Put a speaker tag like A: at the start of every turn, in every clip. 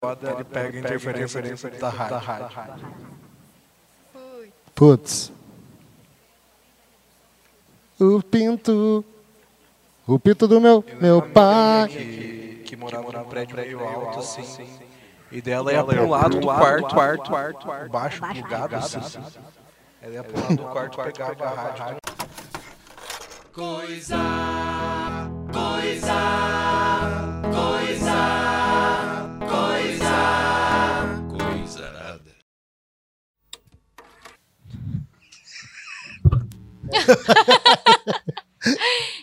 A: foda, ele pega interferência de- da rádio.
B: Putz.
C: Putz. O pinto. O pinto do meu, meu pai.
A: Que, que morava num prédio meio alto, assim. E dela ia pra um lado do quarto, quarto, quarto, baixo, do gado, assim. Ela ia pro lado do quarto, pegava a rádio.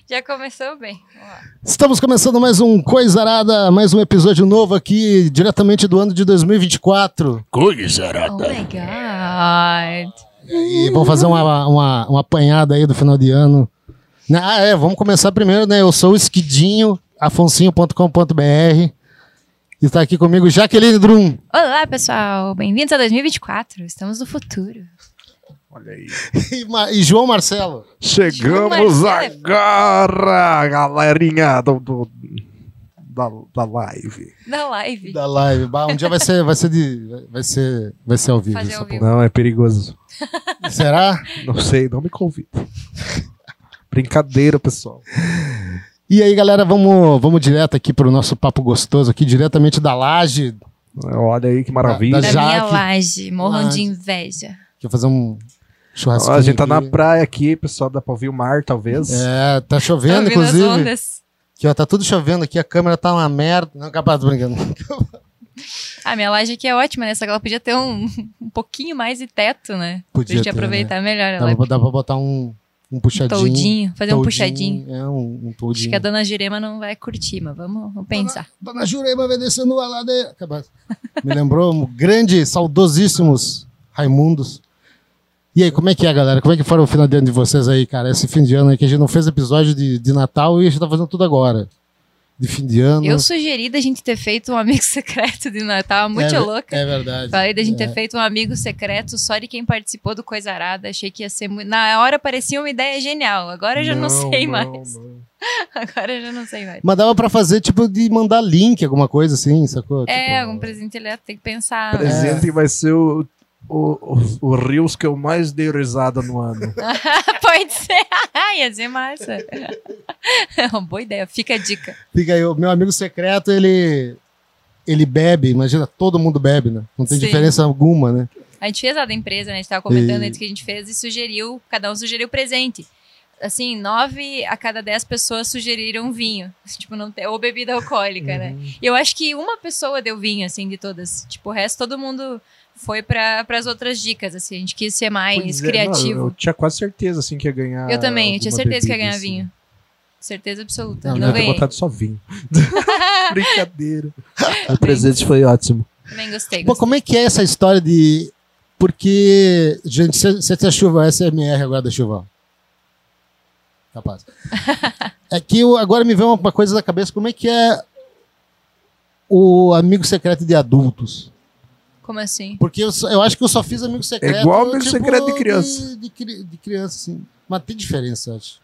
B: Já começou bem. Vamos lá.
C: Estamos começando mais um Coisarada, mais um episódio novo aqui, diretamente do ano de 2024.
B: Oh my god.
C: E vamos fazer uma, uma, uma apanhada aí do final de ano. Né, Ah, é, vamos começar primeiro, né? Eu sou o Esquidinho, afonsinho.com.br. E tá aqui comigo Jaqueline Drum.
B: Olá, pessoal. Bem-vindos a 2024. Estamos no futuro.
D: Olha aí.
C: E Ma- e João Marcelo.
D: Chegamos
B: Marcelo.
D: agora, galerinha do, do- da, da live.
B: Da live.
C: Da live. Bah, um dia vai ser, vai ser de. Vai ser, vai ser ao vivo.
B: Fazer ao
C: essa
B: vivo.
D: Não, é perigoso.
C: porra. Será?
D: Não sei, não me convida. Brincadeira, pessoal.
C: E aí, galera, vamos, vamos direto aqui pro nosso papo gostoso aqui, diretamente da laje.
D: Olha aí que maravilha.
C: Da-
B: Da
C: Já
B: minha
C: que-
B: laje, morram
C: Laje.
B: de inveja.
C: Quer fazer um
D: Ó,
C: churrasquinho.
D: a gente tá na
C: aqui.
D: praia aqui, pessoal. Dá pra ouvir o mar, talvez.
C: É, tá
B: Tá
C: chovendo,
B: ouvindo as
C: inclusive.
B: ondas?
C: Aqui, ó, tá tudo chovendo aqui, a câmera tá uma merda. Não, capaz, tô brincando.
B: A minha laje aqui é ótima, né? Só que ela podia ter um, um pouquinho mais de teto, né?
C: Podia
B: pra gente
C: ter, né?
B: aproveitar melhor.
C: Dá
B: Ela
C: pra, dá pra botar um, um
B: um
C: puxadinho.
B: toldinho, fazer um puxadinho.
C: É, um, um
B: Acho
C: toldinho.
B: que a dona Jurema não vai curtir, mas vamos, vamos pensar.
C: Dona Jurema vai descendo a ladeira. Capaz. Me lembrou um grande, saudosíssimos Raimundos. E aí, como é que é, galera? Como é que foi o final de ano de vocês aí, cara? Esse fim de ano aí que a gente não fez episódio de, de Natal e a gente tá fazendo tudo agora. De fim de ano.
B: Eu sugeri da gente ter feito um amigo secreto de Natal, muito
C: é, ve-
B: louca.
C: É verdade.
B: Falei da gente
C: É.
B: ter feito um amigo secreto só de quem participou do Coisa Arada. Achei que ia ser muito. Na hora parecia uma ideia genial. Agora eu já não, sei mais. Agora eu já não sei mais.
C: Mas dava pra fazer, tipo, de mandar link, alguma coisa assim, sacou?
B: É,
C: Tipo,
B: algum presente ele tem que pensar. né?
D: Presente vai ser o, o, o- o Rios que eu mais dei risada no ano.
B: Pode ser. Ia ser massa. É uma boa ideia. Fica a dica.
C: Fica aí, o meu amigo secreto, ele. Ele bebe, imagina, todo mundo bebe, né? Não tem
B: Sim.
C: diferença alguma, né?
B: A gente fez lá da empresa, né? A gente tava comentando
C: E-
B: antes que a gente fez e sugeriu, cada um sugeriu presente. Assim, nove a cada dez pessoas sugeriram vinho. Tipo, não tem, ou bebida alcoólica, né?
D: Uhum.
B: E eu acho que uma pessoa deu vinho, assim, de todas. Tipo, o resto todo mundo foi para as outras dicas, assim. A gente quis ser mais
D: Pois é,
B: criativo.
D: não, eu tinha quase certeza assim que ia ganhar.
B: eu, também, eu tinha
D: alguma
B: certeza que ia
D: bebida,
B: ganhar
D: assim.
B: vinho. Certeza absoluta.
C: Não,
B: Não,
D: Devia ter
B: ganhei.
D: botado só vinho. Brincadeira. O presente foi ótimo.
B: Também gostei.
C: Pô,
B: gostei.
C: como é que é essa história de. Porque, gente, você tem a chuva, SMR agora da chuva. Capaz. é que eu, agora me veio uma coisa da cabeça: como é que é o amigo secreto de adultos?
B: Como assim?
C: Porque eu, só- eu acho que eu só fiz amigo secreto.
D: É
C: tipo,
D: igual amigo secreto de criança.
C: De, de cri- de criança, sim. Mas tem diferença, eu acho.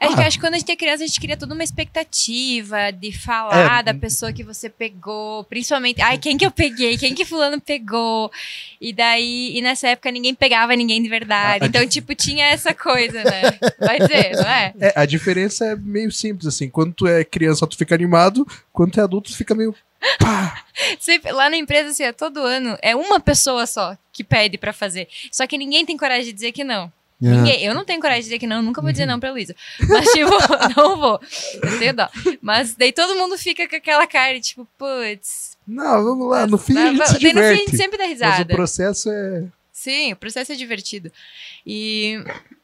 B: É que eu acho que quando a gente é criança, a gente cria toda uma expectativa de falar da pessoa que você pegou, principalmente, ai, quem que eu peguei, quem que fulano pegou. E daí, e nessa época ninguém pegava ninguém de verdade. então, tipo, tinha essa coisa, né? Vai dizer, não é?
D: É, a diferença é meio simples, assim. Quando tu é criança, tu fica animado. Quando tu é adulto, tu fica meio. Pá!
B: Sempre- lá na empresa, assim, é todo ano, é uma pessoa só que pede pra fazer. Só que ninguém tem coragem de dizer que não.
C: Ah.
B: Ninguém, eu não tenho coragem de dizer que não, eu nunca vou dizer não pra Luísa. Mas, tipo, não vou. Eu tenho dó. Mas daí todo mundo fica com aquela cara, tipo, putz,
D: Não, vamos lá. No fim,
B: Mas- Né?
D: a gente
B: mas-
D: se
B: daí no fim a gente
D: diverte.
B: sempre dá
D: Mas o
B: risada.
D: processo é.
B: Sim, o processo é divertido. E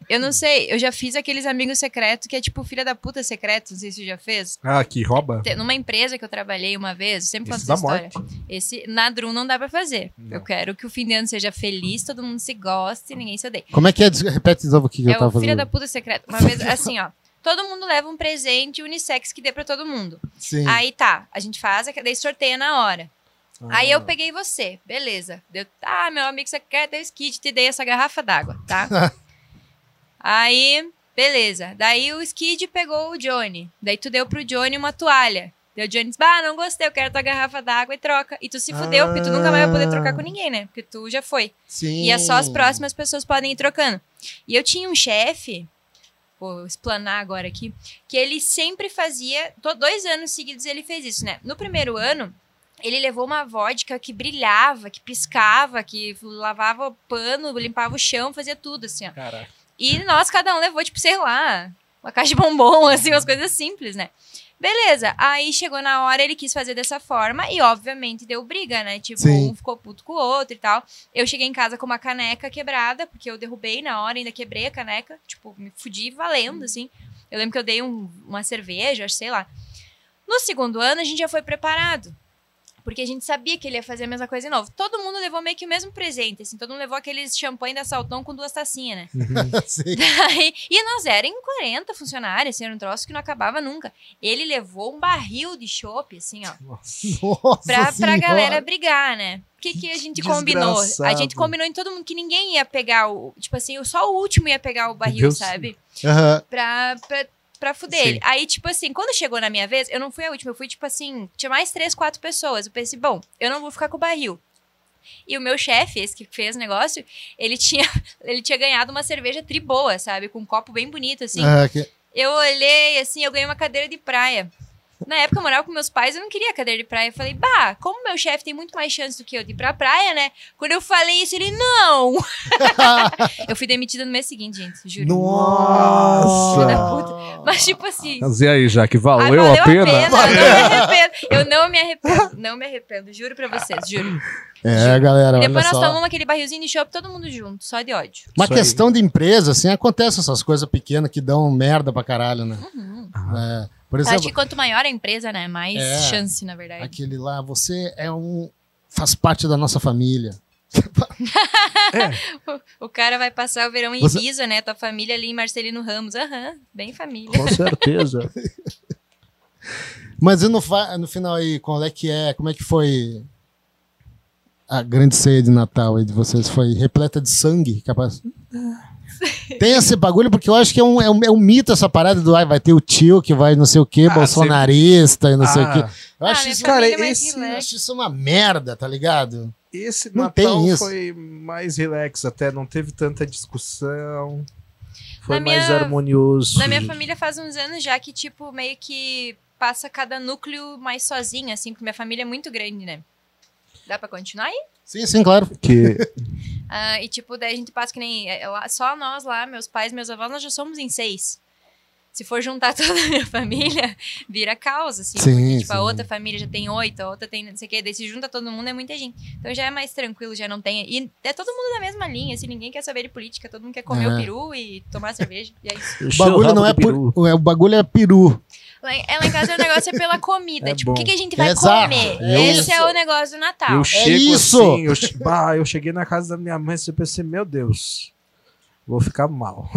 B: eu não sei, eu já fiz aqueles amigos secretos que é tipo filha da puta secreto, não sei se você já fez.
D: Ah, que rouba?
B: Te- Numa empresa que eu trabalhei uma vez, eu sempre conto
D: Esse
B: essa
D: dá
B: história.
D: morte.
B: Esse na Drum não dá pra fazer.
D: Não.
B: Eu quero que o fim de ano seja feliz, todo mundo se goste, ninguém se odeie.
C: Como é que é? Des- Repete de novo o que que eu
B: é o
C: tava
B: filha
C: fazendo.
B: da puta secreto. Uma vez, assim, ó. Todo mundo leva um presente unissex que dê pra todo mundo.
C: Sim.
B: Aí tá, a gente faz, daí sorteia na hora. Aí eu peguei você, beleza. Deu, ah, meu amigo, você quer ter skid, te dei essa garrafa d'água, tá? Aí, beleza. Daí o skid pegou o Johnny. Daí tu deu pro Johnny uma toalha. Daí o Johnny diz, bah, não gostei, eu quero tua garrafa d'água e troca. E tu se fudeu, porque tu nunca mais vai poder trocar com ninguém, né? Porque tu já foi.
C: Sim.
B: E é só as próximas pessoas podem ir trocando. E eu tinha um chefe, vou explanar agora aqui, que ele sempre fazia, tô- dois anos seguidos ele fez isso, né? No primeiro ano, ele levou uma vodka que brilhava, que piscava, que lavava o pano, limpava o chão, fazia tudo, assim, ó.
A: Caraca.
B: E nós, cada um levou, tipo, sei lá, uma caixa de bombom, assim, umas coisas simples, né? Beleza, aí chegou na hora, ele quis fazer dessa forma e, obviamente, deu briga, né? Tipo,
C: Sim.
B: um ficou puto com o outro e tal. Eu cheguei em casa com uma caneca quebrada, porque eu derrubei na hora, ainda quebrei a caneca. Tipo, me fudi valendo, assim. Eu lembro que eu dei um- uma cerveja, sei lá. No segundo ano, a gente já foi preparado. Porque a gente sabia que ele ia fazer a mesma coisa de novo. Todo mundo levou meio que o mesmo presente, assim. Todo mundo levou aqueles champanhe da Saltão com duas tacinhas, né?
C: Sim.
B: Daí- e nós era em 40 funcionários, assim, era um troço que não acabava nunca. Ele levou um barril de chopp, assim, ó,
C: Nossa
B: pra, pra
C: Senhora.
B: galera brigar, né? O que, que a gente combinou? A
D: Desgraçado.
B: gente combinou em todo mundo que ninguém ia pegar o. Tipo assim, só o último ia pegar o barril,
D: Deus.
B: sabe?
C: Aham.
B: Pra. pra Pra fuder
D: Sim.
B: ele. Aí, tipo assim, quando chegou na minha vez, eu não fui a última, eu fui, tipo assim, tinha mais três, quatro pessoas. Eu pensei, bom, eu não vou ficar com o barril. E o meu chefe, esse que fez o negócio, ele tinha, ele tinha ganhado uma cerveja triboa, sabe? Com um copo bem bonito, assim.
D: Ah.
C: Aham, que-
B: Eu olhei, assim, eu ganhei uma cadeira de praia. Na época eu morava com meus pais, eu não queria cadeira de praia. Eu falei, bah, como meu chefe tem muito mais chance do que eu de ir pra praia, né? Quando eu falei isso, ele, não! eu fui demitida no mês seguinte, gente, juro.
D: Nossa!
B: Filha da puta. Mas, tipo assim,
D: Mas e aí, Jaque,
B: ai,
D: valeu, a pena?
B: Eu não me arrependo, eu não me arrependo, não me arrependo, juro pra vocês, juro.
C: É, galera,
B: E
C: olha
B: depois nós
C: só.
B: tomamos aquele barrilzinho de chopp, todo mundo junto, só de ódio.
C: Uma
D: Isso aí.
C: questão de empresa, assim, acontece essas coisas pequenas que dão merda pra caralho, né? É, por
B: Eu Acho
C: exemplo,
B: que quanto maior a empresa, né, mais
C: É.
B: chance, na verdade.
C: aquele lá, você é um. faz parte da nossa família.
B: O cara vai passar o verão em
C: Você-
B: Ibiza, né? Tua família ali em Marcelino Ramos. Aham, bem família.
D: Com certeza.
C: Mas e no, fa- no final aí, qual é que é? Como é que foi a grande ceia de Natal aí de vocês? Foi repleta de sangue, capaz? Tem esse bagulho, porque eu acho que é um, é um, é um mito essa parada do ah, vai ter o tio que vai não sei o que,
D: Ah,
C: bolsonarista e não sei o
D: Ah,
C: que. Eu acho,
B: minha
C: isso,
D: cara,
B: família é mais
D: esse-
C: eu
B: relax.
C: acho isso uma merda, tá ligado?
D: Esse
C: Não
D: Natal
C: tem isso.
D: foi mais relax até, não teve tanta discussão. Foi
B: Na
D: mais
B: minha-
D: harmonioso.
B: Na minha família faz uns anos já que, tipo, meio que passa cada núcleo mais sozinha, assim, porque minha família é muito grande, né? Dá pra continuar aí?
C: Sim, sim, claro.
D: Que
B: Ah, e, tipo, daí a gente passa que nem. é, lá- Só nós lá, meus pais, meus avós, nós já somos em seis. Se for juntar toda a minha família, vira caos, assim.
C: Sim,
B: Tipo,
C: sim.
B: a outra família já tem oito, a outra tem não sei o quê, daí se junta todo mundo, é muita gente. Então já é mais tranquilo, já não tem. E é todo mundo na mesma linha, assim, ninguém quer saber de política, todo mundo quer comer
C: É.
B: o peru e tomar cerveja. E é isso.
C: O bagulho não é por, o bagulho é peru.
B: Lá em, é, lá em casa o negócio é pela comida.
D: É
B: tipo, o que,
D: bom.
B: que a gente vai
C: Exato,
B: comer?
C: é
B: Esse
C: isso.
B: é o negócio do Natal.
D: Eu chego
C: isso!
D: assim, eu, che- bah, eu cheguei na casa da minha mãe e eu pensei, meu Deus, vou ficar mal.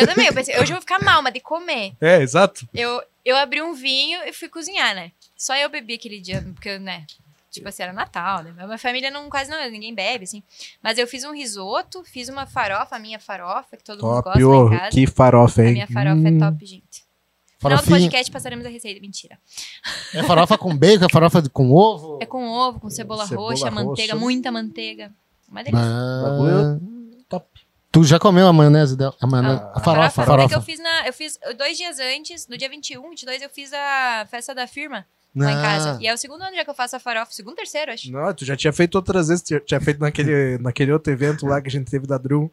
B: Eu também, eu pensei, hoje eu vou ficar mal, mas de comer.
D: É, exato.
B: Eu, eu abri um vinho e fui cozinhar, né? Só eu bebi aquele dia, porque, né? Tipo assim, era Natal, né? Mas Minha família não, quase não, ninguém bebe, assim. Mas eu fiz um risoto, fiz uma farofa, a minha farofa, que todo mundo
D: Top,
B: gosta
D: ô,
B: lá em casa.
D: que farofa,
B: A
D: hein?
B: minha farofa
D: Hum,
B: é top, gente. No final do
C: Farofinha.
B: podcast passaremos a receita. Mentira.
C: É farofa com bacon, é farofa de- com ovo.
B: É com ovo, com cebola,
D: Cebola
B: roxa, manteiga,
D: roxa.
B: muita manteiga. Uma delícia.
C: Ah,
D: Bagulho é top.
C: tu já comeu a maionese dela? A, maionese,
D: Ah,
C: a farofa, a
B: Até É que eu
C: farofa.
B: fiz na. Eu fiz dois dias antes, no dia 21, 22, eu fiz a festa da firma lá em
C: Ah.
B: casa. E é o segundo ano já que eu faço a farofa. Segundo, terceiro, acho.
D: Não, tu já tinha feito outras vezes, tu já tinha feito naquele, naquele outro evento lá que a gente teve da Drum,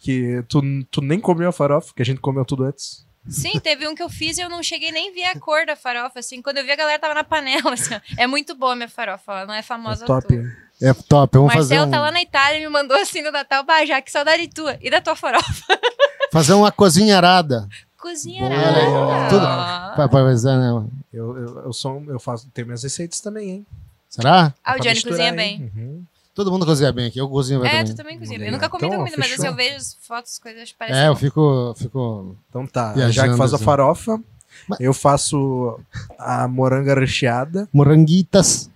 D: que tu, tu nem comeu a farofa, que a gente comeu tudo antes.
B: Sim, teve um que eu fiz e eu não cheguei nem ver a cor da farofa, assim. Quando eu vi, a galera tava na panela, assim. ó. É muito boa a minha farofa, ela não é famosa
D: É
B: à
D: top.
B: toa.
D: hein?
C: É top,
B: O
C: vamos fazer
B: Marcelo
C: um...
B: tá lá na Itália e me mandou assim no Natal, bah, já que saudade tua e da tua farofa.
C: Fazer uma cozinharada.
B: Cozinha
D: Boa,
B: nada.
C: tudo.
B: Ah,
C: Pra- pra fazer, né?
D: Eu, eu, eu, sou, um- eu faço, tenho minhas receitas também, hein?
C: Será?
B: Ah, o
D: Pra
B: Johnny
D: misturar,
B: cozinha
D: hein?
B: bem.
D: Uhum.
C: Todo mundo cozinha bem aqui. Eu cozinho bem
B: É, tu tá
C: também.
B: também cozinha bem. Eu nunca
D: Legal.
B: comi tua
D: Então,
B: comida, mas assim,
D: fechou.
B: eu vejo as fotos, coisas parecem.
C: É, eu fico... fico...
D: Então tá,
C: E a
D: a Jaque faz a
C: Janderson?
D: farofa,
C: Mas-
D: eu faço a moranga recheada.
C: Moranguitas.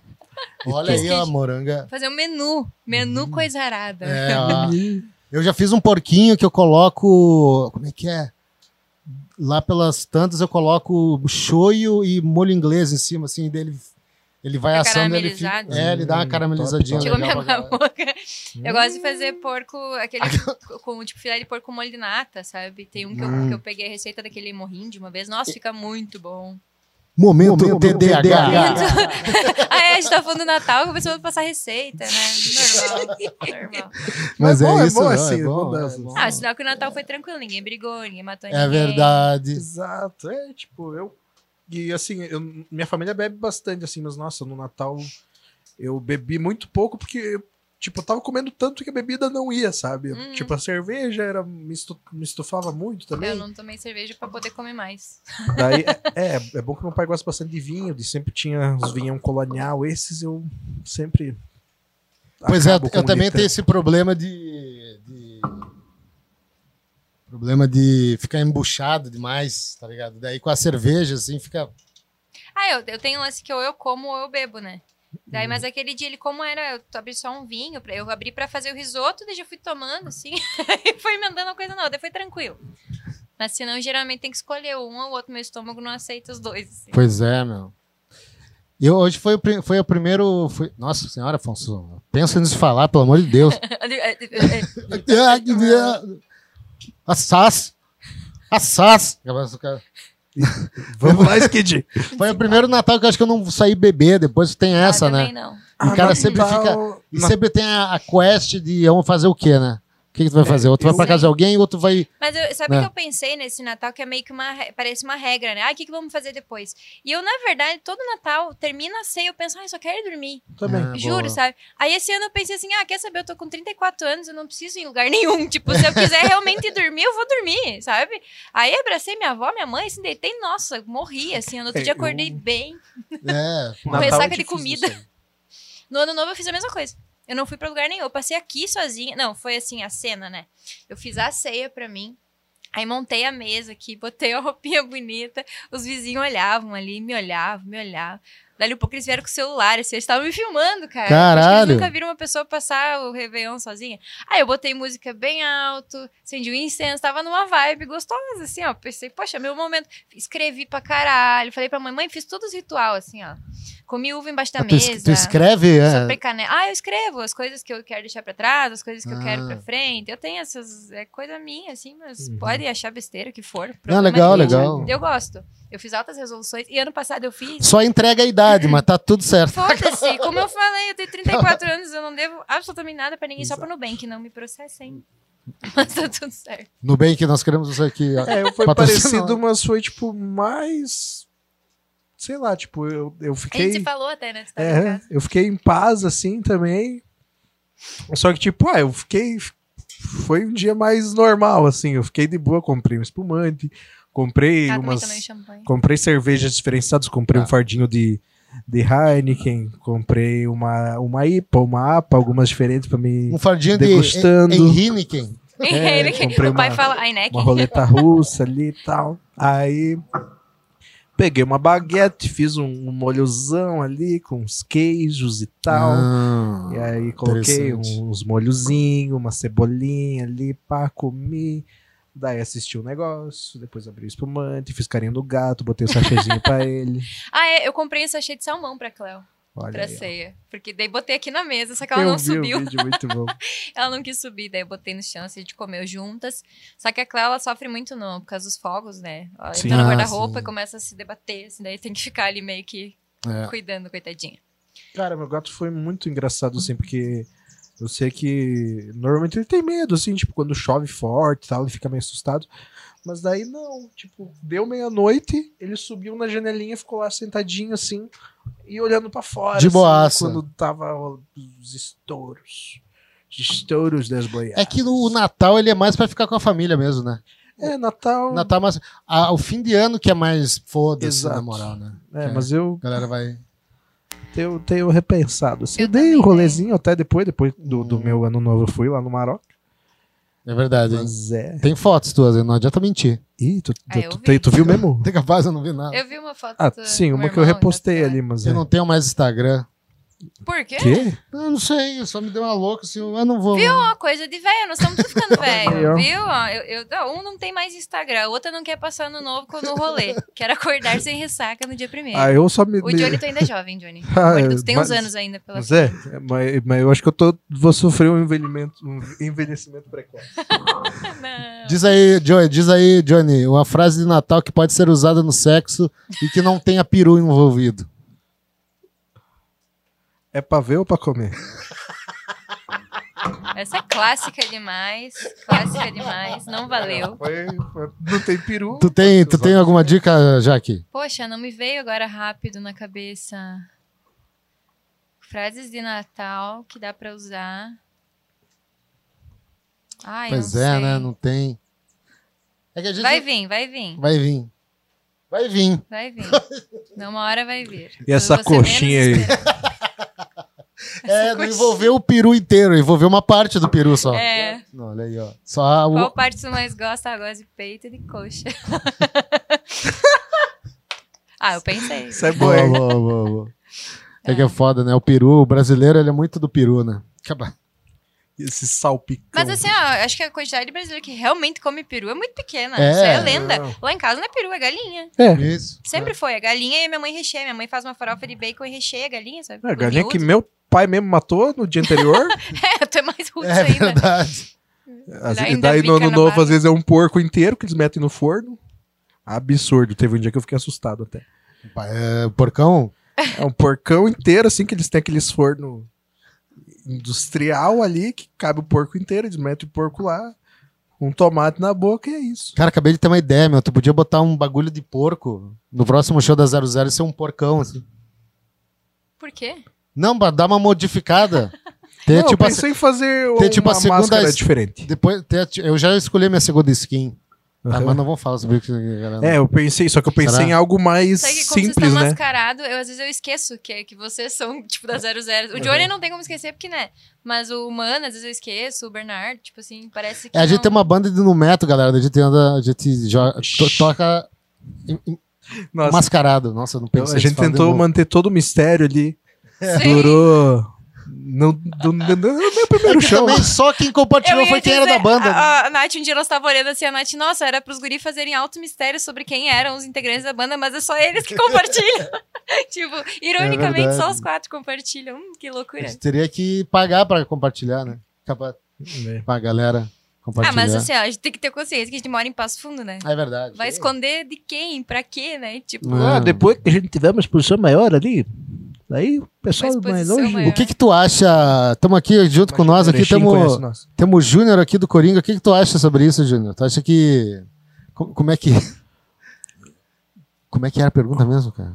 C: Olha aí ó, a
B: Gente.
C: moranga.
B: Fazer um menu. Menu
C: Hum.
B: coisa arada.
C: É, ó. Eu já fiz um porquinho que eu coloco... Como é que é? lá pelas tantas eu coloco shoyu e molho inglês em cima, assim, dele. Ele vai
B: Fica
C: assando, ele fica,
B: caramelizado.
C: é, ele dá uma caramelizadinha.
B: Chegou minha
C: legal pra Hum. caralho.
B: boca. Eu gosto de fazer porco, aquele com tipo filé de porco com molho de nata, sabe? Tem um que eu,
C: Hum.
B: que eu peguei a receita daquele morrinho de uma vez. Nossa, fica muito bom.
C: Momento, TDAH.
B: Aí a gente tá falando do Natal, começou a passar receita, né? Normal. normal.
C: Mas
D: Mas
C: é,
D: é bom, é
C: isso,
D: bom
C: não,
D: assim,
C: é bom,
D: mudança.
C: é bom.
B: Ah, sinal que o Natal foi tranquilo, ninguém brigou, ninguém matou ninguém.
C: É verdade.
D: Exato, é tipo, eu. E assim, eu- minha família bebe bastante, assim, mas nossa, no Natal eu bebi muito pouco porque, tipo, eu tava comendo tanto que a bebida não ia, sabe?
B: Uhum.
D: Tipo, a cerveja era, me, estu- me estufava muito também.
B: Eu não tomei cerveja pra poder comer mais.
D: Daí, é, é, é bom que meu pai gosta bastante de vinho, de sempre tinha os vinhão colonial, esses eu sempre.
C: Pois é,
D: acabo com
C: eu também
D: litra.
C: tenho esse problema de, de- Problema de ficar embuchado demais, tá ligado? Daí com a cerveja, assim, fica.
B: Ah, eu, eu tenho um lance que ou eu como ou eu bebo, né? Daí, mas aquele dia, ele como era, eu abri só um vinho, pra- eu abri pra fazer o risoto, daí já fui tomando, assim, e foi mandando a coisa não, daí foi tranquilo. Mas senão, geralmente tem que escolher um ou outro, meu estômago não aceita os dois, assim.
C: Pois é, meu. E eu- hoje foi o, pri- foi o primeiro. foi- Nossa senhora, Afonso, pensa nisso falar, pelo amor de Deus.
B: é,
C: Assás! Assás!
D: Vamos lá, Skid!
C: Foi o primeiro Natal que eu acho que eu não saí beber, depois tem essa,
B: ah,
C: né?
B: também não.
C: E o cara sempre fica. é E sempre tem a, a quest de vamos fazer o quê, né? O que, que tu vai fazer? Outro vai pra
B: É, eu-
C: casa de alguém, outro vai.
B: Mas eu, sabe o
C: É.
B: que eu pensei nesse Natal? Que é meio que uma. re- Parece uma regra, né? Ah, o que, que vamos fazer depois? E eu, na verdade, todo Natal termina a ceia, eu penso, ah, eu só quero ir dormir.
D: Também.
C: Ah,
B: Juro,
C: boa.
B: sabe? Aí esse ano eu pensei assim: ah, quer saber? Eu tô com 34 anos, eu não preciso ir em lugar nenhum. Tipo, se eu quiser realmente ir dormir, eu vou dormir, sabe? Aí abracei minha avó, minha mãe, assim, deitei, nossa, morri, assim. No outro
D: É,
B: dia acordei
D: eu-
B: bem.
C: É, pô,
B: Natal ressaca de
D: difícil,
B: comida.
D: assim.
B: No ano novo eu fiz a mesma coisa. Eu não fui pra lugar nenhum. Eu passei aqui sozinha. Não, foi assim, a cena, né? Eu fiz a ceia pra mim. Aí montei a mesa aqui, botei a roupinha bonita. Os vizinhos olhavam ali, me olhavam, me olhavam. Dali um pouco eles vieram com o celular, assim, eles estavam me filmando, cara. Eu acho que
C: Caralho.
B: Eles nunca viram uma pessoa passar o Réveillon sozinha. Aí eu botei música bem alto, acendi um incenso, tava numa vibe gostosa, assim, ó. Pensei, poxa, meu momento. Escrevi pra caralho. Falei pra mãe, mãe, fiz todos os ritual, assim, ó. Comi uva embaixo da
C: Ah, tu, es-
B: mesa.
C: tu escreve. é,
B: Sobre canela. Ah, eu escrevo as coisas que eu quero deixar pra trás, as coisas que eu quero
C: Ah.
B: pra frente. Eu tenho essas. É coisa minha, assim, mas
D: Uhum.
B: pode achar besteira o que for.
C: Não,
B: problema
C: legal,
B: meu,
C: legal.
B: Eu gosto. Eu fiz altas resoluções e ano passado eu fiz.
C: Só entrega a idade, mas tá tudo certo.
B: Foda-se, como eu falei, eu tenho 34 anos, eu não devo absolutamente nada pra ninguém, só pro
D: Exato.
B: Nubank, não me processem. Mas tá tudo certo.
C: No bem que nós queremos isso aqui. ó.
D: É, eu foi
C: Patrocinado.
D: parecido, mas foi, tipo, mais. Sei lá, tipo, eu, eu
B: A gente
D: fiquei.
B: se falou até, né? Tu tava em
D: É,
B: casa.
D: eu fiquei em paz, assim, também. Só que, tipo, ah, eu fiquei. Foi um dia mais normal, assim. Eu fiquei de boa, comprei um espumante, comprei
B: Ah, também
D: umas.
B: tomei um champanhe.
D: Comprei cervejas diferenciadas, comprei um fardinho de, de Heineken, comprei uma, uma IPA, uma APA, algumas diferentes pra mim.
C: Um fardinho de
D: Degustando.
C: em Heineken.
D: É,
B: Ele que-
D: comprei
B: o pai
D: uma-
B: fala, ai, né?
D: uma roleta russa ali e tal. Aí peguei uma baguete, fiz um, um molhozão ali com uns queijos e tal.
C: Ah,
D: e aí coloquei um,
C: interessante.
D: uns molhozinhos, uma cebolinha ali, pá, comi. Daí assisti o negócio, depois abri o espumante, fiz carinho do gato, botei o sachêzinho pra ele.
B: Ah, é, eu comprei um sachê de salmão pra Cleo,
D: Olha
B: pra
D: aí, ó.
B: ceia. Porque daí botei aqui na mesa, só que ela
D: eu
B: não
D: vi
B: subiu.
D: o vídeo, muito bom.
B: Ela não quis subir, daí eu botei no chão, assim, a gente comeu juntas. Só que a Cléo, ela sofre muito não, por causa dos fogos, né? Ela
D: Sim.
B: entra no
C: Ah,
B: guarda-roupa
C: sim.
B: e começa a se debater, assim, daí tem que ficar ali meio que
C: É.
B: cuidando, coitadinha.
D: Cara, meu gato foi muito engraçado, assim, porque eu sei que normalmente ele tem medo, assim, tipo, quando chove forte e tal, ele fica meio assustado. Mas daí não, tipo, deu meia-noite, ele subiu na janelinha, ficou lá sentadinho, assim, e olhando pra fora.
C: De
D: assim,
C: boaça.
D: Quando tava os estouros. Os estouros das boiadas.
C: É que no- o Natal ele é mais pra ficar com a família mesmo, né?
D: É,
B: Hum.
D: Natal.
C: Natal é mais. Ah, o fim de ano que é mais foda-se,
D: Exato.
C: na moral, né?
D: É, mas eu
C: A galera vai.
D: tenho, tenho repensado. Assim,
B: Eu
D: eu dei
B: também,
D: um
B: né?
D: rolezinho até depois, depois do, do
C: Hum.
D: meu ano novo, eu fui lá no Maroc.
C: É verdade. hein?
D: Mas é.
C: Tem fotos tuas, hein? não adianta mentir.
D: Ih, tu,
B: Ah,
D: tu-
B: eu
D: tu-
B: vi.
D: tu viu mesmo?
C: Tem capaz, eu não vi nada.
B: Eu vi uma foto
D: Ah,
B: do
D: sim,
B: meu
D: uma que eu
B: irmão,
D: repostei
B: da-
D: ali, mas
C: Eu
D: é.
C: não tenho mais Instagram.
B: Por quê?
D: Quê?
C: Eu não sei, só me deu uma louca assim, eu não vou.
B: Viu
C: mano.
B: uma coisa de velho? Nós estamos tudo ficando velho,
D: Maior.
B: viu? Ó, Eu, eu- não, um não tem mais Instagram, o outro não quer passar ano novo com- no rolê. Quero acordar sem ressaca no dia primeiro.
D: Ah, eu só me.
B: o Johnny tá ainda jovem, Johnny.
D: Ah,
B: Mas tu tem uns
D: mas-
B: anos ainda pela
D: Mas é, é, mas, mas eu acho que eu tô, vou sofrer um envelhecimento, um envelhecimento precoce.
B: Não.
C: Diz aí, Johnny, diz aí, Johnny, uma frase de Natal que pode ser usada no sexo e que não tenha peru envolvido.
D: É pra ver ou pra comer?
B: Essa é clássica demais. Clássica demais. Não valeu.
D: Foi- foi- não tem peru.
C: Tu tem, tu tem alguma dica, Jaque?
B: Poxa, não me veio agora rápido na cabeça. Frases de Natal que dá pra usar. Ai,
C: pois
B: não
C: é,
B: sei.
C: né? Não tem. É que a gente
B: Vai vir, vai vir.
C: vai vir. Vai vir.
B: Vai vir. Não, uma hora vai vir.
D: E essa
B: Quando você menos
D: coxinha aí?
B: esperar.
C: É, não envolveu o peru inteiro, envolveu uma parte do peru só.
B: É.
C: Não, olha aí, ó. Só o-
B: Qual parte você mais gosta? Ah, gosto de peito e de coxa. ah, eu pensei.
D: Isso é bom,
C: Boa,
D: hein?
C: boa, boa, boa. É que é foda, né? O peru, o brasileiro, ele é muito do peru, né? Acaba.
D: Esse salpicão.
B: Mas assim, ó, acho que a quantidade de brasileiro que realmente come peru é muito pequena.
C: É.
B: Isso aí é lenda.
D: Não.
B: Lá em casa não é peru, é galinha.
D: É.
C: Isso.
B: Sempre foi. A galinha e a minha mãe recheia. Minha mãe faz uma farofa de bacon e recheia a galinha, sabe?
D: É, A galinha que
B: Miúdo.
D: meu pai mesmo matou no dia anterior.
B: É, tu é mais rude
C: É
B: ainda.
C: verdade.
D: Às-
B: Daí
D: e
B: ainda
D: daí no
B: fica
D: ano
B: na
D: novo,
B: base.
D: às vezes é um porco inteiro que eles metem no forno. Absurdo. Teve um dia que eu fiquei assustado até.
C: É, o porcão?
D: É um porcão inteiro, assim, que eles têm aqueles forno industrial ali, que cabe o porco inteiro, eles metem o porco lá, um tomate na boca e é isso.
C: Cara, acabei de ter uma ideia, meu. Tu podia botar um bagulho de porco no próximo show da 00 e ser um porcão, assim.
B: Por quê?
C: Não, pra dar uma modificada. Ter,
D: Não,
C: tipo,
D: eu
C: a, se-
D: pensei em fazer
C: tem,
D: uma
C: tipo, a segunda
D: máscara
C: es-
D: diferente.
C: depois, ter a ti- eu já escolhi minha segunda skin. Ah, mas não vou falar sobre isso, galera.
D: É, eu pensei, só que eu pensei
C: Será?
D: em algo mais
B: Sabe que como vocês
D: simples,
B: estão
D: né?
B: mascarados, eu às vezes eu esqueço que, que vocês são, tipo, da 00. O Johnny não tem como esquecer, porque, né? Mas o Mano, às vezes eu esqueço, o Bernardo, tipo assim, parece que.
C: É, a gente
B: não-
C: tem uma banda de numeto, galera. A gente anda, a gente joga, to- toca em- em-
D: Nossa,
C: mascarado. Nossa, eu não
D: então
C: pensei.
D: a gente
C: nisso, fala de
D: tentou
C: novo.
D: manter todo o mistério ali.
B: Sim.
D: Durou. Não, não, não, não, não é o primeiro
C: Que
D: show.
C: também só quem
B: Eu
C: compartilhou
B: ia
C: foi quem era
B: dizer,
C: da banda. né?
B: A, a Nath, um dia nós tava olhando assim, a Nath, nossa, era pros guri fazerem alto mistério sobre quem eram os integrantes da banda, mas é só eles que compartilham. tipo, ironicamente,
C: É verdade.
B: só os quatro compartilham. Hum, que
C: A
B: loucura.
C: gente teria que pagar pra compartilhar, né? Capa-
D: É.
C: Pra galera
B: Ah,
C: compartilhar.
B: mas assim, ó, a gente tem que ter consciência que a gente mora em Passo Fundo, né?
C: É verdade.
B: Vai esconder de quem, pra quê, né? Tipo,
C: Ah, Ah.
D: depois que a gente tiver uma exposição maior ali, aí o
B: pessoal Uma mais exposição longe- maior.
C: O que que tu acha? Estamos aqui junto com nós, aqui temos temos o Júnior aqui do Coringa. O que que tu acha sobre isso, Júnior? Tu acha que co- como é que Como é que era a pergunta mesmo, cara?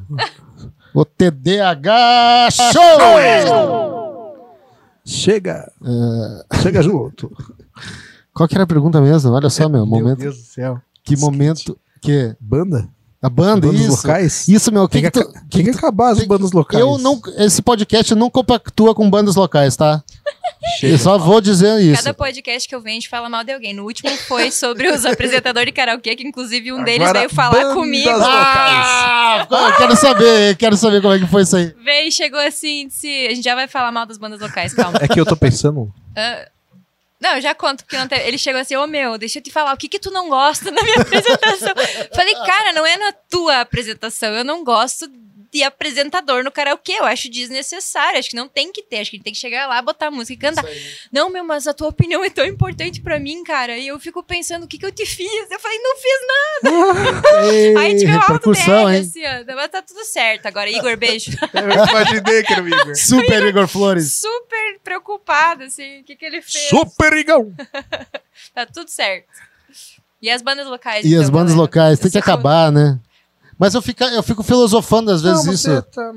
C: o TDAH show!
D: Chega.
C: Ah.
D: Chega junto.
C: Qual que era a pergunta mesmo? Olha só, meu,
D: Meu
C: É momento.
D: Deus do céu.
C: que momento que
D: Banda?
C: a banda
D: Bandas
C: isso.
D: locais?
C: Isso, meu, o que
D: Tem
C: que
D: que
C: tu
D: aca- Tem que acabar as
C: tem-
D: bandas locais.
C: Eu não, esse podcast não compactua com bandas locais, tá?
D: Chega.
C: Eu só vou dizer isso.
B: cada podcast que eu venho, a gente fala mal de alguém. No último foi sobre os apresentadores de karaokê, que inclusive um deles
D: Agora,
B: veio falar
D: bandas
B: comigo.
C: Ah, eu quero saber, quero saber como é que foi isso aí.
B: Veio, chegou assim, disse... A gente já vai falar mal das bandas locais, calma.
D: É que eu tô pensando.
B: Não, eu já conto, porque não teve- ele chegou assim, ô meu, deixa eu te falar, o que que tu não gosta na minha apresentação? Falei, cara, não é na tua apresentação, eu não gosto de apresentador no karaokê, eu acho desnecessário, acho que não tem que ter, acho que tem que chegar lá, botar a música e cantar. Não, meu, mas a tua opinião é tão importante pra mim, cara, e eu fico pensando, o que que eu te fiz? Eu falei, não fiz nada. Aí tive um alto
C: repercussão,
B: dele,
C: hein?
B: assim, ó, mas tá tudo certo agora. Igor, beijo.
D: Eu imaginei que era o Igor.
C: Super Igor Flores.
B: Super preocupado, assim, o que que ele fez?
D: Super Igão.
B: Tá tudo certo. E as bandas locais.
C: E
B: então, é
C: as bandas
B: galera?
C: locais, tem
B: Eu
C: que
B: sou
C: acabar, né? Mas eu fico, eu fico filosofando às vezes isso.
B: é-
D: tá-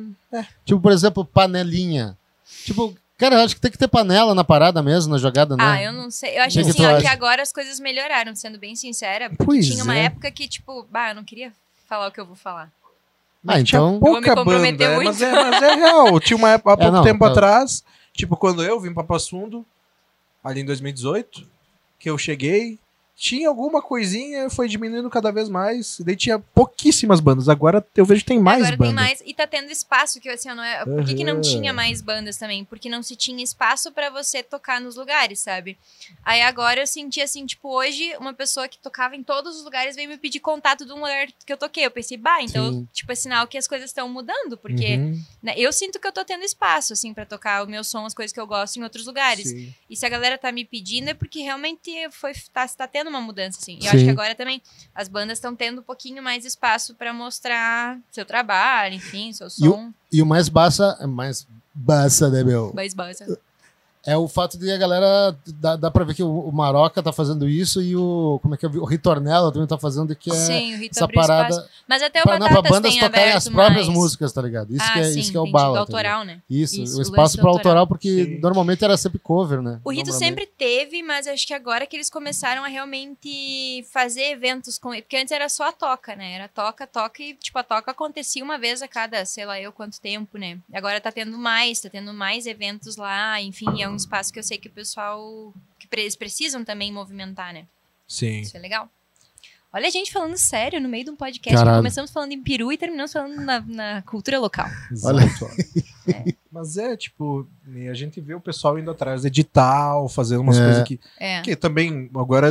C: Tipo, por exemplo, panelinha. Tipo, cara, eu acho que tem que ter panela na parada mesmo, na jogada, né?
B: Ah, eu não sei. Eu acho
C: Que que
B: assim,
C: tu
B: ó,
C: acha?
B: que agora as coisas melhoraram, sendo bem sincera. Porque
D: Pois
B: tinha uma
D: é.
B: época que, tipo, bah, eu não queria falar o que eu vou falar.
C: Ah, então.
B: vou me comprometer
D: é, mas,
B: muito.
D: é, mas é real. Tinha uma época, há pouco
C: não,
D: tempo
C: tá.
D: atrás, tipo, quando eu vim pra Passo Fundo, ali em 2018, que eu cheguei, tinha alguma coisinha, foi diminuindo cada vez mais. E daí tinha pouquíssimas bandas. Agora eu vejo que tem mais
B: Agora tem
D: bandas.
B: mais. E tá tendo espaço, que assim, eu não é... por que, que não
D: Aham.
B: tinha mais bandas também? Porque não se tinha espaço pra você tocar nos lugares, sabe? Aí agora eu senti assim, tipo, hoje uma pessoa que tocava em todos os lugares veio me pedir contato de um lugar que eu toquei. Eu pensei, bah, então,
C: Sim.
B: tipo, é sinal que as coisas estão mudando, porque
D: Uhum,
B: né, eu sinto que eu tô tendo espaço, assim, pra tocar o meu som, as coisas que eu gosto em outros lugares.
D: sim.
B: E se a galera tá me pedindo é porque realmente foi, tá, tá tendo uma mudança, assim. E eu
C: Sim.
B: acho que agora também as bandas estão tendo um pouquinho mais espaço pra mostrar seu trabalho, enfim, seu
C: E o-
B: som.
C: E o mais baça, mais baça, né, meu?
B: Mas basta.
C: É o fato de a galera. Dá, dá pra ver que o, o Maroca tá fazendo isso e o. Como é que eu vi? O Ritornella também tá fazendo, que é
B: Sim, o Rito
C: essa
B: abriu
C: parada.
B: espaço. Mas até o
C: Pra, não, pra
B: Batatas
C: bandas
B: tem
C: tocarem
B: aberto
C: as próprias
B: mais.
C: músicas, tá ligado? Isso,
B: ah,
C: que, é,
B: sim,
C: isso que é o
B: entendi,
C: bala.
B: do
C: tá
B: autoral, né?
C: ligado? isso,
B: Isso,
C: o
B: do
C: espaço
B: lance
C: pro
B: do
C: autoral,
B: autoral.
C: porque
D: Sim.
C: normalmente era sempre cover, né?
B: O Rito
C: Normalmente.
B: sempre teve, mas acho que agora que eles começaram a realmente fazer eventos com ele. Porque antes era só a toca, né? Era toca, toca e, tipo, a toca acontecia uma vez a cada, sei lá eu quanto tempo, né? Agora tá tendo mais, tá tendo mais eventos lá. Enfim, é um espaço que eu sei que o pessoal. que pre- eles precisam também movimentar, né?
D: Sim.
B: Isso é legal. Olha a gente falando sério no meio de um podcast.
C: Caralho.
B: Começamos falando em peru e terminamos falando na, na cultura local.
C: Olha.
D: Exato. Mas é, tipo, e a gente vê o pessoal indo atrás do edital, fazendo umas
C: É.
D: coisas que.
B: É.
D: Que também, agora,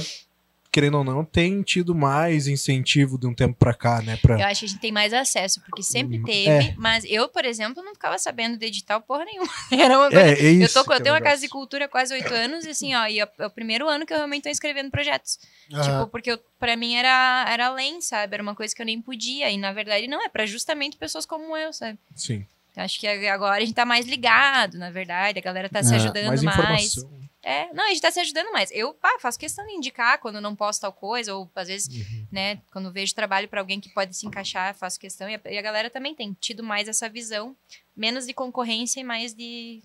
D: querendo ou não, tem tido mais incentivo de um tempo pra cá, né? Pra...
B: Eu acho que a gente tem mais acesso, porque sempre
D: Hum,
B: teve,
D: é.
B: mas eu, por exemplo, não ficava sabendo do edital porra nenhuma. Era uma coisa.
D: É, é
B: eu,
D: isso.
B: tô, com- eu
D: que é
B: tenho
D: o
B: uma casa de
D: negócio.
B: cultura há quase oito anos, e assim, ó, e é é o primeiro ano que eu realmente tô escrevendo projetos.
C: Aham.
B: Tipo, porque eu, pra mim era, era além, sabe? Era uma coisa que eu nem podia, e na verdade não, é pra justamente pessoas como eu, sabe?
D: Sim.
B: Eu acho que agora a gente tá mais ligado, na verdade, a galera tá se
C: É,
B: ajudando
D: Ah, mais
B: mais.
D: informação.
B: É, não, a gente tá se ajudando mais. Eu pá, faço questão de indicar quando não posto tal coisa, ou às vezes, né, quando vejo trabalho pra alguém que pode se encaixar, faço questão. E a, e a galera também tem tido mais essa visão, menos de concorrência e mais de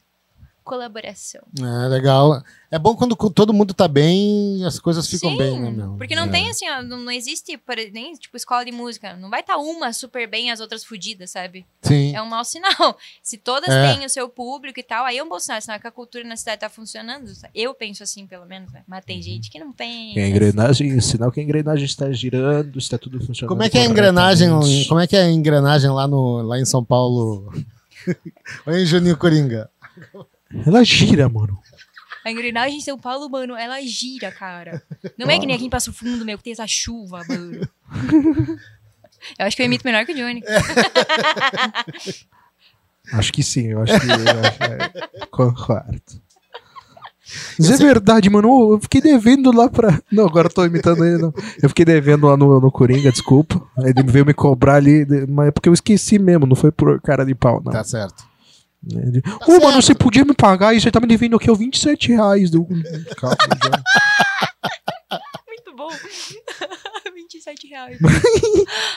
B: colaboração.
C: É, legal. É bom quando co- todo mundo tá bem, as coisas ficam
B: Sim,
C: bem, né, meu?
B: Porque não
C: É.
B: tem assim, ó, não, não existe por- nem tipo escola de música, não vai estar uma super bem e as outras fodidas, sabe?
C: Sim.
B: É um mau sinal. Se todas
C: É.
B: têm o seu público e tal, aí é um bom sinal, sinal que a cultura na cidade tá funcionando. sabe? Eu penso assim, pelo menos, né? Mas tem né? gente que não pensa.
D: a engrenagem, sinal que a engrenagem está girando, está tudo
B: um
D: funcionando.
C: Como é que é a engrenagem? Como é que é a engrenagem lá, no, lá em São Paulo? Oi, Juninho Coringa.
D: Ela gira, mano.
B: A engrenagem em São Paulo, mano, ela gira, cara. Não é que nem aqui em Passo Fundo, meu, que tem essa chuva, mano. Eu acho que eu imito melhor que o Johnny.
D: É. Acho que sim, eu acho que. eu acho, é, concordo. Mas é verdade, mano. ô, Eu fiquei devendo lá pra. Não, agora eu tô imitando ele. Não. Eu fiquei devendo lá no, no Coringa, desculpa. Aí Ele veio me cobrar ali, de- mas é porque eu esqueci mesmo, não foi por cara de pau, não.
C: Tá certo.
D: Ele, Ô, mano, você podia me pagar isso? Você tá me devendo aqui, ó, 27 reais. Deu... Calma, já.
B: Muito bom. 27 reais.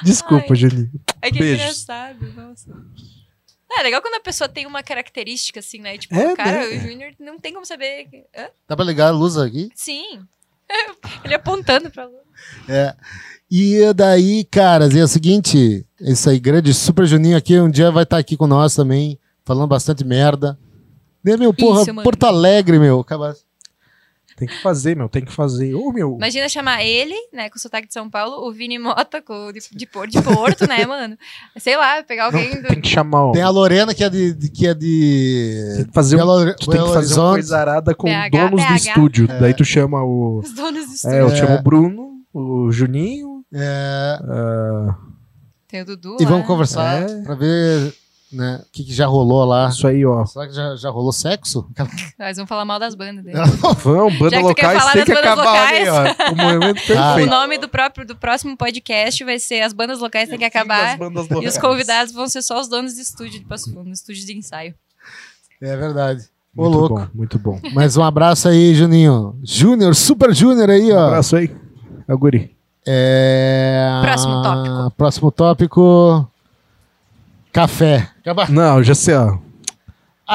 D: Desculpa,
B: Ai.
D: Juninho.
B: É que é
D: Beijos.
B: engraçado, nossa. Não, é legal quando a pessoa tem uma característica assim, né? Tipo,
D: É,
B: cara,
D: né?
B: o Júnior não tem como saber. que- Hã?
C: Dá pra ligar a luz aqui?
B: Sim. Ele apontando pra lua.
C: É. E daí, caras, e é o seguinte, esse aí grande Super Juninho aqui um dia vai estar aqui com nós também, falando bastante merda. Né, meu, porra,
B: Isso, mano.
C: Porto Alegre, meu. acaba-
D: Tem que fazer, meu, tem que fazer. Ô, meu.
B: Imagina chamar ele, né, com o sotaque de São Paulo, o Vini Mota com, de, de, Por- de Porto, né, mano? Sei lá, pegar
D: Não,
B: alguém do.
D: tem que chamar, ó.
C: Tem a Lorena que é de... de- que é de...
D: Tem que fazer um
C: Belo Hori-
D: Tu tem que
C: Belo
D: fazer uma
C: Horizonte.
D: coisa arada com
B: BH,
D: donos de
B: BH.
D: estúdio. Daí tu chama o.
B: Os donos do estúdio.
D: É, eu
C: É.
D: chamo o Bruno, o Juninho.
C: É,
B: Tem o Dudu.
C: e
B: lá.
C: vamos conversar
D: É.
C: pra ver né, o que, que já rolou lá.
D: Isso aí, ó.
C: Será que já, já rolou sexo?
B: Nós vamos falar mal das bandas né? dele.
D: Vão,
B: Já
D: banda
B: que tu quer
D: locais
B: falar
D: tem
B: das
D: que
B: bandas Ah.
D: acabar ali, ó. O momento
B: O
D: perfeito.
B: nome do próprio do próximo podcast vai ser As Bandas Locais Tem que Acabar. E os convidados vão ser só os donos de estúdio de Passo Fundo, estúdio de ensaio.
C: É verdade. Ô,
D: Muito
C: louco.
D: bom, muito bom.
C: Mas um abraço aí, Juninho. Júnior, Super Júnior aí,
D: Um
C: ó.
D: abraço aí. É o guri.
C: É...
B: Próximo tópico.
C: Próximo tópico. Café.
D: Não, já sei, ó.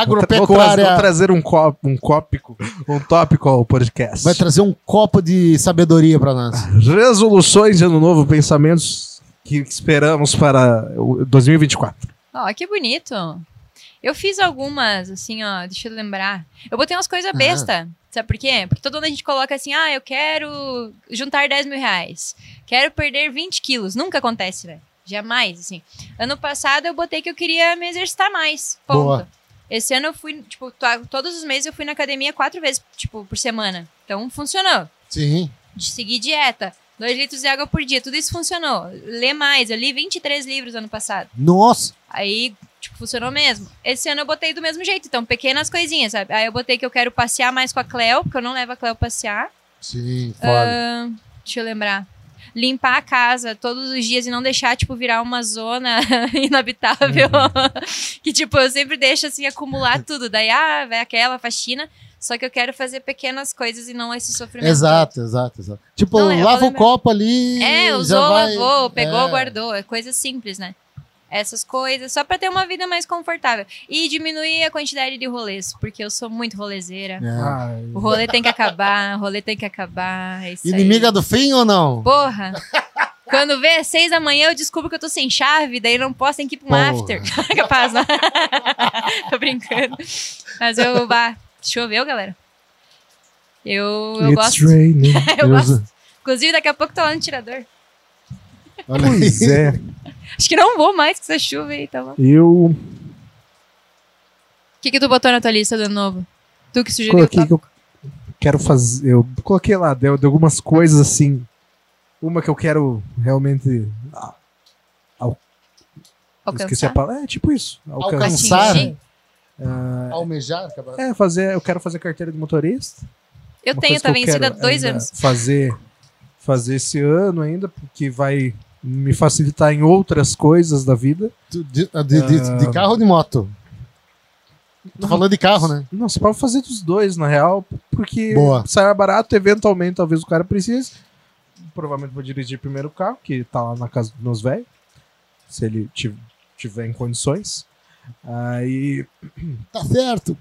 D: Vou, tra- vou trazer, vou
C: Agropecuária.
D: trazer um copo, um cópico, um tópico ao podcast.
C: Vai trazer um copo de sabedoria pra nós.
D: Resoluções de ano novo, pensamentos que esperamos para o 2024.
B: Ó, que bonito. Eu fiz algumas, assim, ó, deixa eu lembrar. Eu botei umas coisas besta. Sabe por quê? Porque todo ano a gente coloca assim, ah, eu quero juntar 10 mil reais. Quero perder 20 quilos. Nunca acontece, velho. Jamais, assim. Ano passado eu botei que eu queria me exercitar mais. Ponto.
C: Boa.
B: Esse ano eu fui, tipo, to- todos os meses eu fui na academia quatro vezes, tipo, por semana. Então funcionou.
C: Sim.
B: De seguir dieta. Dois litros de água por dia. Tudo isso funcionou. Ler mais. Eu li 23 livros ano passado.
C: Nossa.
B: Aí, tipo, funcionou mesmo. Esse ano eu botei do mesmo jeito, então, pequenas coisinhas, sabe? Aí eu botei que eu quero passear mais com a Cleo, porque eu não levo a Cleo passear.
C: Sim, foda.
B: Deixa eu lembrar. Limpar a casa todos os dias e não deixar, tipo, virar uma zona inabitável. que, tipo, eu sempre deixo, assim, acumular tudo. Daí, ah, vai aquela faxina. Só que eu quero fazer pequenas coisas e não esse sofrimento.
C: exato, exato, exato. Tipo,
B: Não, eu vou
C: lava o
B: lembrar.
C: copo ali.
B: É,
C: já
B: usou,
C: vai-
B: lavou, pegou,
C: é.
B: guardou. É coisa simples, né? Essas coisas, só pra ter uma vida mais confortável. E diminuir a quantidade de rolês, porque eu sou muito rolezeira.
C: É.
D: Ah,
B: O rolê tem que acabar, o rolê tem que acabar. é isso aí.
C: Inimiga do fim ou não?
B: Porra! Quando vê às seis da manhã, eu descubro que eu tô sem chave, daí não posso, tem que ir pra um
C: Porra.
B: after. Capaz, não. tô brincando. Mas eu, bah, choveu, galera. Eu, eu
D: it's
B: gosto.
D: raining.
B: Eu
C: Deus.
B: gosto. Inclusive, daqui a pouco tô lá no tirador.
C: Olha aí.
D: Pois é.
B: Acho que não vou mais com essa chuva aí, tá bom?
D: Eu
B: O que, que tu botou na tua lista do ano novo? Tu que sugeriu
D: coloquei
B: o
D: que eu quero fazer. Eu coloquei lá, deu, deu algumas coisas assim. Uma que eu quero realmente. ah,
B: alcançar? assim?
D: Esqueci a palavra. É tipo isso. Alcançar. né?
C: Alcançar.
B: Atingir.
C: Almejar, capaz.
D: É, fazer, eu quero fazer carteira de motorista.
B: Eu
D: Uma
B: tenho,
D: coisa
B: tá
D: que eu
B: vencida há
D: quero
B: dois
D: ainda
B: anos.
D: Fazer, fazer esse ano ainda, porque vai me facilitar em outras coisas da vida.
C: Tu- De, ah, de- de- de carro ou de moto? Tô falando de carro, né?
D: Não, você pode fazer dos dois, na real, porque
C: Boa.
D: sai barato, eventualmente talvez o cara precise. Provavelmente vou dirigir primeiro o carro, que tá lá na casa dos meus velhos, se ele ti- tiver em condições. Aí,
C: Tá certo.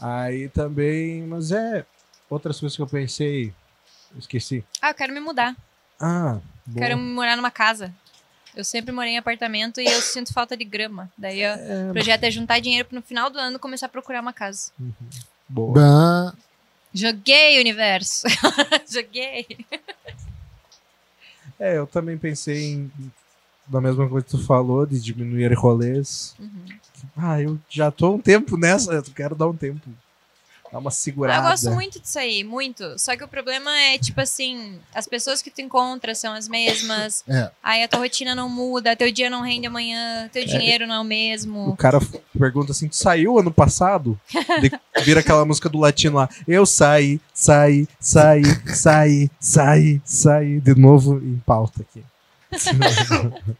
D: aí também, mas é outras coisas que eu pensei, esqueci.
B: ah, eu quero me mudar.
D: Ah, boa.
B: Quero morar numa casa. Eu sempre morei em apartamento e eu sinto falta de grama. Daí eu- o projeto é juntar dinheiro pra no final do ano começar a procurar uma casa.
D: Uhum. boa.
C: Bah,
B: Joguei, universo! Joguei!
D: É, eu também pensei em, na mesma coisa que tu falou, de diminuir rolês. Ah, eu já tô há um tempo nessa, eu quero dar um tempo. Dar uma segurada.
B: Eu gosto muito disso aí, muito. Só que o problema é, tipo assim, as pessoas que tu encontra são as mesmas.
C: É.
B: Aí a tua rotina não muda, teu dia não rende amanhã, teu dinheiro não é o
D: O
B: mesmo.
D: cara f- pergunta assim, tu saiu ano passado? De- vira aquela música do latino lá, eu saí, saí, saí, saí, saí, saí, de novo em pauta aqui.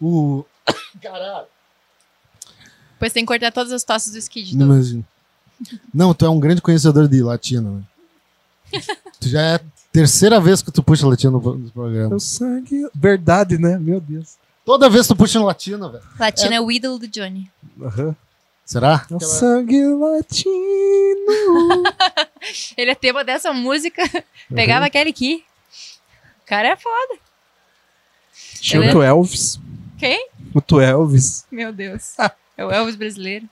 C: o... Caralho.
B: Depois tem que cortar todas as tosses do skid.
C: Não imagino. Não, tu é um grande conhecedor de latino, né? tu já é a terceira vez que tu puxa latino no pro- no programa.
D: Meu É sangue, verdade, né? Meu Deus.
C: Toda vez tu puxa no latino, velho.
B: Latina é. o ídolo do Johnny.
D: Aham.
C: Será?
D: Meu sangue latino.
B: Ele é tema dessa música. Pegava aquele aqui. O cara é foda.
D: Tinha o Elvis.
B: Quem?
D: O Tu Elvis.
B: Meu Deus. É o Elvis brasileiro.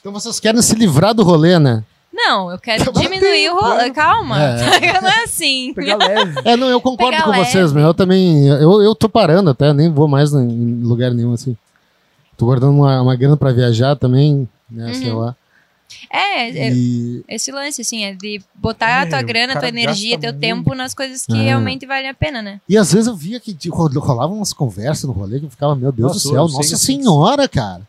C: Então vocês querem se livrar do rolê, né?
B: Não, eu quero
C: Mas
B: diminuir o rolê. Calma. Não Tá é assim.
D: Pegar leve.
C: É, não, eu concordo
B: Pegar
C: com
B: leve.
C: vocês, meu. Eu também. Eu, eu tô parando até, nem vou mais em- em lugar nenhum, assim. Tô guardando uma, uma grana pra viajar também, né? Sei lá.
B: É, Uhum. é,
C: E.
B: esse lance, assim, é de botar
D: É,
B: a tua
D: o
B: grana, a tua
D: cara
B: energia,
D: gasta
B: teu
D: muito.
B: tempo nas coisas que
C: É.
B: realmente valem a pena, né?
C: E às vezes eu via que tipo, rolavam umas conversas no rolê que eu ficava, meu Deus
D: Nossa,
C: do céu,
D: eu sei
C: nossa
D: assim.
C: senhora, cara.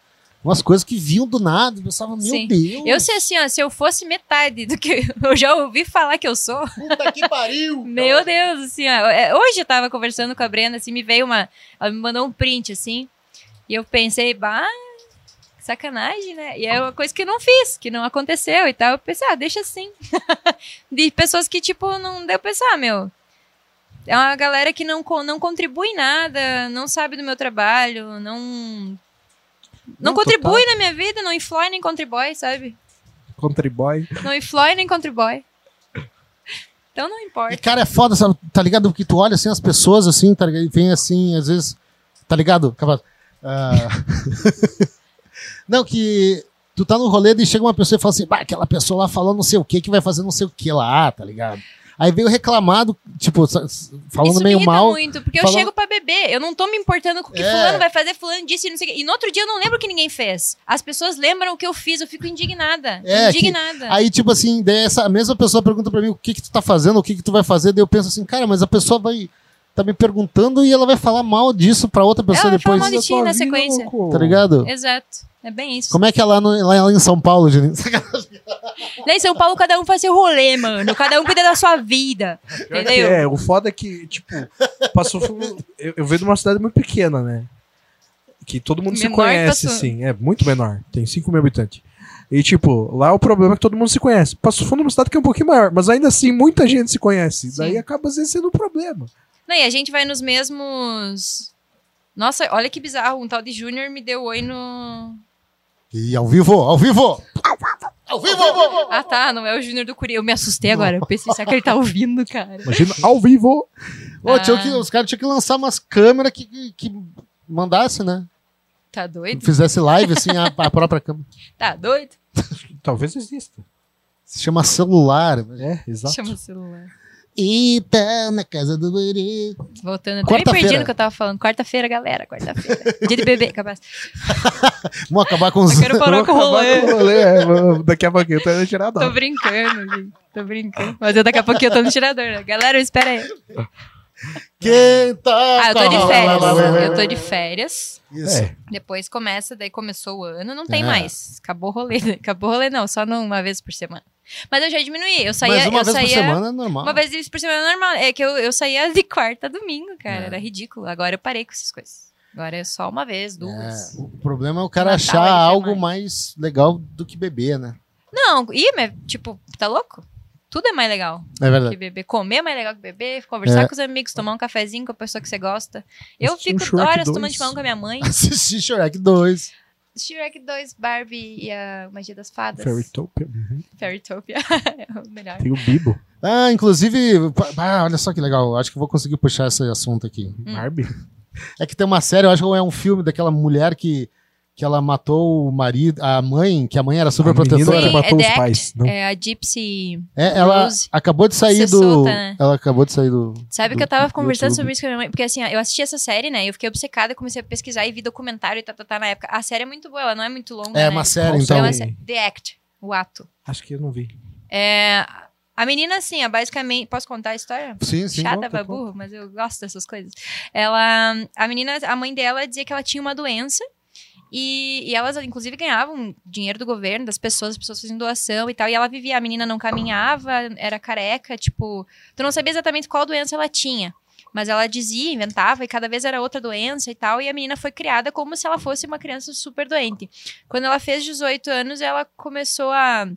C: Umas coisas que vinham do nada, eu pensava, meu
B: Sim.
C: Deus.
B: Eu sei assim, ó, se eu fosse metade do que eu já ouvi falar que eu sou,
C: Puta que pariu!
B: meu Deus, assim, ó. é, Hoje eu tava conversando com a Brenda, assim, me veio uma. Ela me mandou um print, assim, e eu pensei, bah, que sacanagem, né? E é uma coisa que eu não fiz, que não aconteceu e tal. Eu pensei, ah, deixa assim. De pessoas que, tipo, não deu pra pensar, meu. É uma galera que não, co- não contribui em nada, não sabe do meu trabalho, não. Não,
D: Não,
B: contribui na minha vida, não influi nem contribui, sabe?
D: Country Boy.
B: Não influi nem contribui. Então não importa.
C: E, cara, é foda, sabe? Tá ligado? Porque tu olha assim as pessoas assim, tá ligado? E vem assim, às vezes, tá ligado? Capaz, Ah, não, que tu tá no rolê e chega uma pessoa e fala assim, bah, aquela pessoa lá falou não sei o que, que vai fazer não sei o que lá, tá ligado? Aí veio reclamado, tipo, sa- falando
B: Isso me
C: meio
B: irrita
C: mal.
B: muito, porque
C: falando-
B: eu chego pra beber, eu não tô me importando com o que
C: É.
B: fulano vai fazer, fulano disse, não sei o quê. E no outro dia eu não lembro o que ninguém fez. As pessoas lembram o que eu fiz, eu fico indignada.
C: É, que-
B: indignada.
C: Aí, tipo assim, daí essa mesma pessoa pergunta pra mim o que que tu tá fazendo, o que que tu vai fazer, daí eu penso assim, cara, mas a pessoa vai tá me perguntando e ela vai falar mal disso pra outra pessoa
B: Ela vai falar
C: depois,
B: mal de ti na sequência.
C: tá ligado?
B: Exato. É bem isso.
C: Como é que é lá, no- lá em São Paulo, Diniz?
B: Lá em São Paulo, cada um faz seu rolê, mano. Cada um cuida da sua vida. Entendeu?
D: É, o foda é que, tipo, passou. foi- Eu, eu venho de uma cidade muito pequena, né? Que todo mundo se
B: Menor
D: conhece,
B: passou.
D: assim. É muito menor. Tem 5 mil habitantes. E, tipo, lá o problema é que todo mundo se conhece. Passou fundo é uma cidade que é um pouquinho maior, mas ainda assim muita gente se conhece.
B: Sim.
D: Daí acaba às vezes sendo um problema.
B: Não, e a gente vai nos mesmos. Nossa, olha que bizarro. Um tal de Júnior me deu oi no.
C: E ao vivo, ao vivo! Ao vivo!
B: Ah, tá, não é o Júnior do Curi. Eu me assustei agora. Eu pensei, será que ele tá ouvindo, cara?
D: Imagina, ao vivo.
C: Ô, tinha
B: Ah.
C: que- os caras tinham que lançar umas câmeras que, que, que mandasse, né?
B: Tá doido?
C: Fizesse live, assim, a, a própria câmera.
B: Tá doido?
D: Talvez exista.
C: Se chama celular. né?
D: É, exato.
B: Chama o celular.
C: Então, na casa do Guri.
B: Voltando, eu tô me
C: Quarta-feira.
B: perdi no que eu tava falando. Quarta-feira, galera, quarta-feira. Dia de bebê, capaz.
C: Vamos acabar com os...
B: Eu quero parar com o
D: Vamos acabar
B: rolê.
D: com o rolê, é, vamos- daqui a pouquinho eu tô indo tirar a
B: Tô
D: nota.
B: brincando, gente. Tô brincando. Mas eu daqui a pouquinho eu tô no tirador. né? Galera, espera aí.
C: Quem tá
B: Ah, eu tô de
C: com-
B: férias. Eu tô de férias.
C: Isso.
D: É.
B: Depois começa, daí começou o ano, não tem
C: É.
B: mais. Acabou o rolê. né? Acabou o rolê, não, só não uma vez por semana. Mas eu já diminuí. Eu saía.
C: Mas uma
B: eu
C: vez
B: saía,
C: por semana é normal.
B: Uma vez por semana é normal. É que eu, eu saía de quarta a domingo, cara.
C: É.
B: Era ridículo. Agora eu parei com essas coisas. Agora é só uma vez, duas.
C: É, o problema é o cara
B: Natal
C: achar
B: ele tem
C: algo mais legal do que beber, né?
B: Não, e tipo, tá louco? Tudo é mais legal
C: É
B: que
C: verdade.
B: beber. Comer é mais legal que beber, conversar
C: É.
B: com os amigos, tomar um cafezinho com a pessoa que você gosta. Eu
D: Assistir um
B: fico
D: Shrek
B: horas
D: dois.
B: tomando de com a minha mãe.
C: Assistir Shrek 2.
B: Shrek 2, Barbie e a Magia das Fadas.
D: Fairytopia. Uhum.
B: Fairytopia é o melhor.
D: Tem o Bibo.
C: Ah, inclusive, pa- ah, olha só que legal. Acho que eu vou conseguir puxar esse assunto aqui.
B: Hum.
D: Barbie.
C: É que tem uma série, eu acho que é um filme daquela mulher que, que ela matou o marido, a mãe, que a mãe era super
D: menina
C: protetora.
D: que matou
B: é
D: os
B: The
D: pais. Não.
B: É a Gypsy.
C: É, ela
B: Rose.
C: acabou de sair
B: Você
C: do.
B: solta, né?
C: Ela acabou de sair do.
B: Sabe
C: do-
B: que eu tava
C: do
B: conversando
C: YouTube.
B: sobre isso com a minha mãe? Porque assim, ó, eu assisti essa série, né? Eu fiquei obcecada, comecei a pesquisar e vi documentário e tá, tá, tá na época. A série é muito boa, ela não é muito longa.
C: É
B: né?
C: uma série,
D: Qual
C: então.
B: É uma
D: série?
B: série. The Act, o ato.
D: Acho que eu não vi.
B: É, a menina, assim, ó, basicamente. Posso contar a história?
C: Sim, sim.
B: chata
D: conta,
B: pra
D: conta.
B: burro, mas eu gosto dessas coisas. Ela, a menina, a mãe dela dizia que ela tinha uma doença e, e elas, inclusive, ganhavam dinheiro do governo, das pessoas, as pessoas faziam doação e tal. E ela vivia, a menina não caminhava, era careca, tipo, tu não sabia exatamente qual doença ela tinha. Mas ela dizia, inventava, e cada vez era outra doença e tal. E a menina foi criada como se ela fosse uma criança super doente. Quando ela fez 18 anos, ela começou a,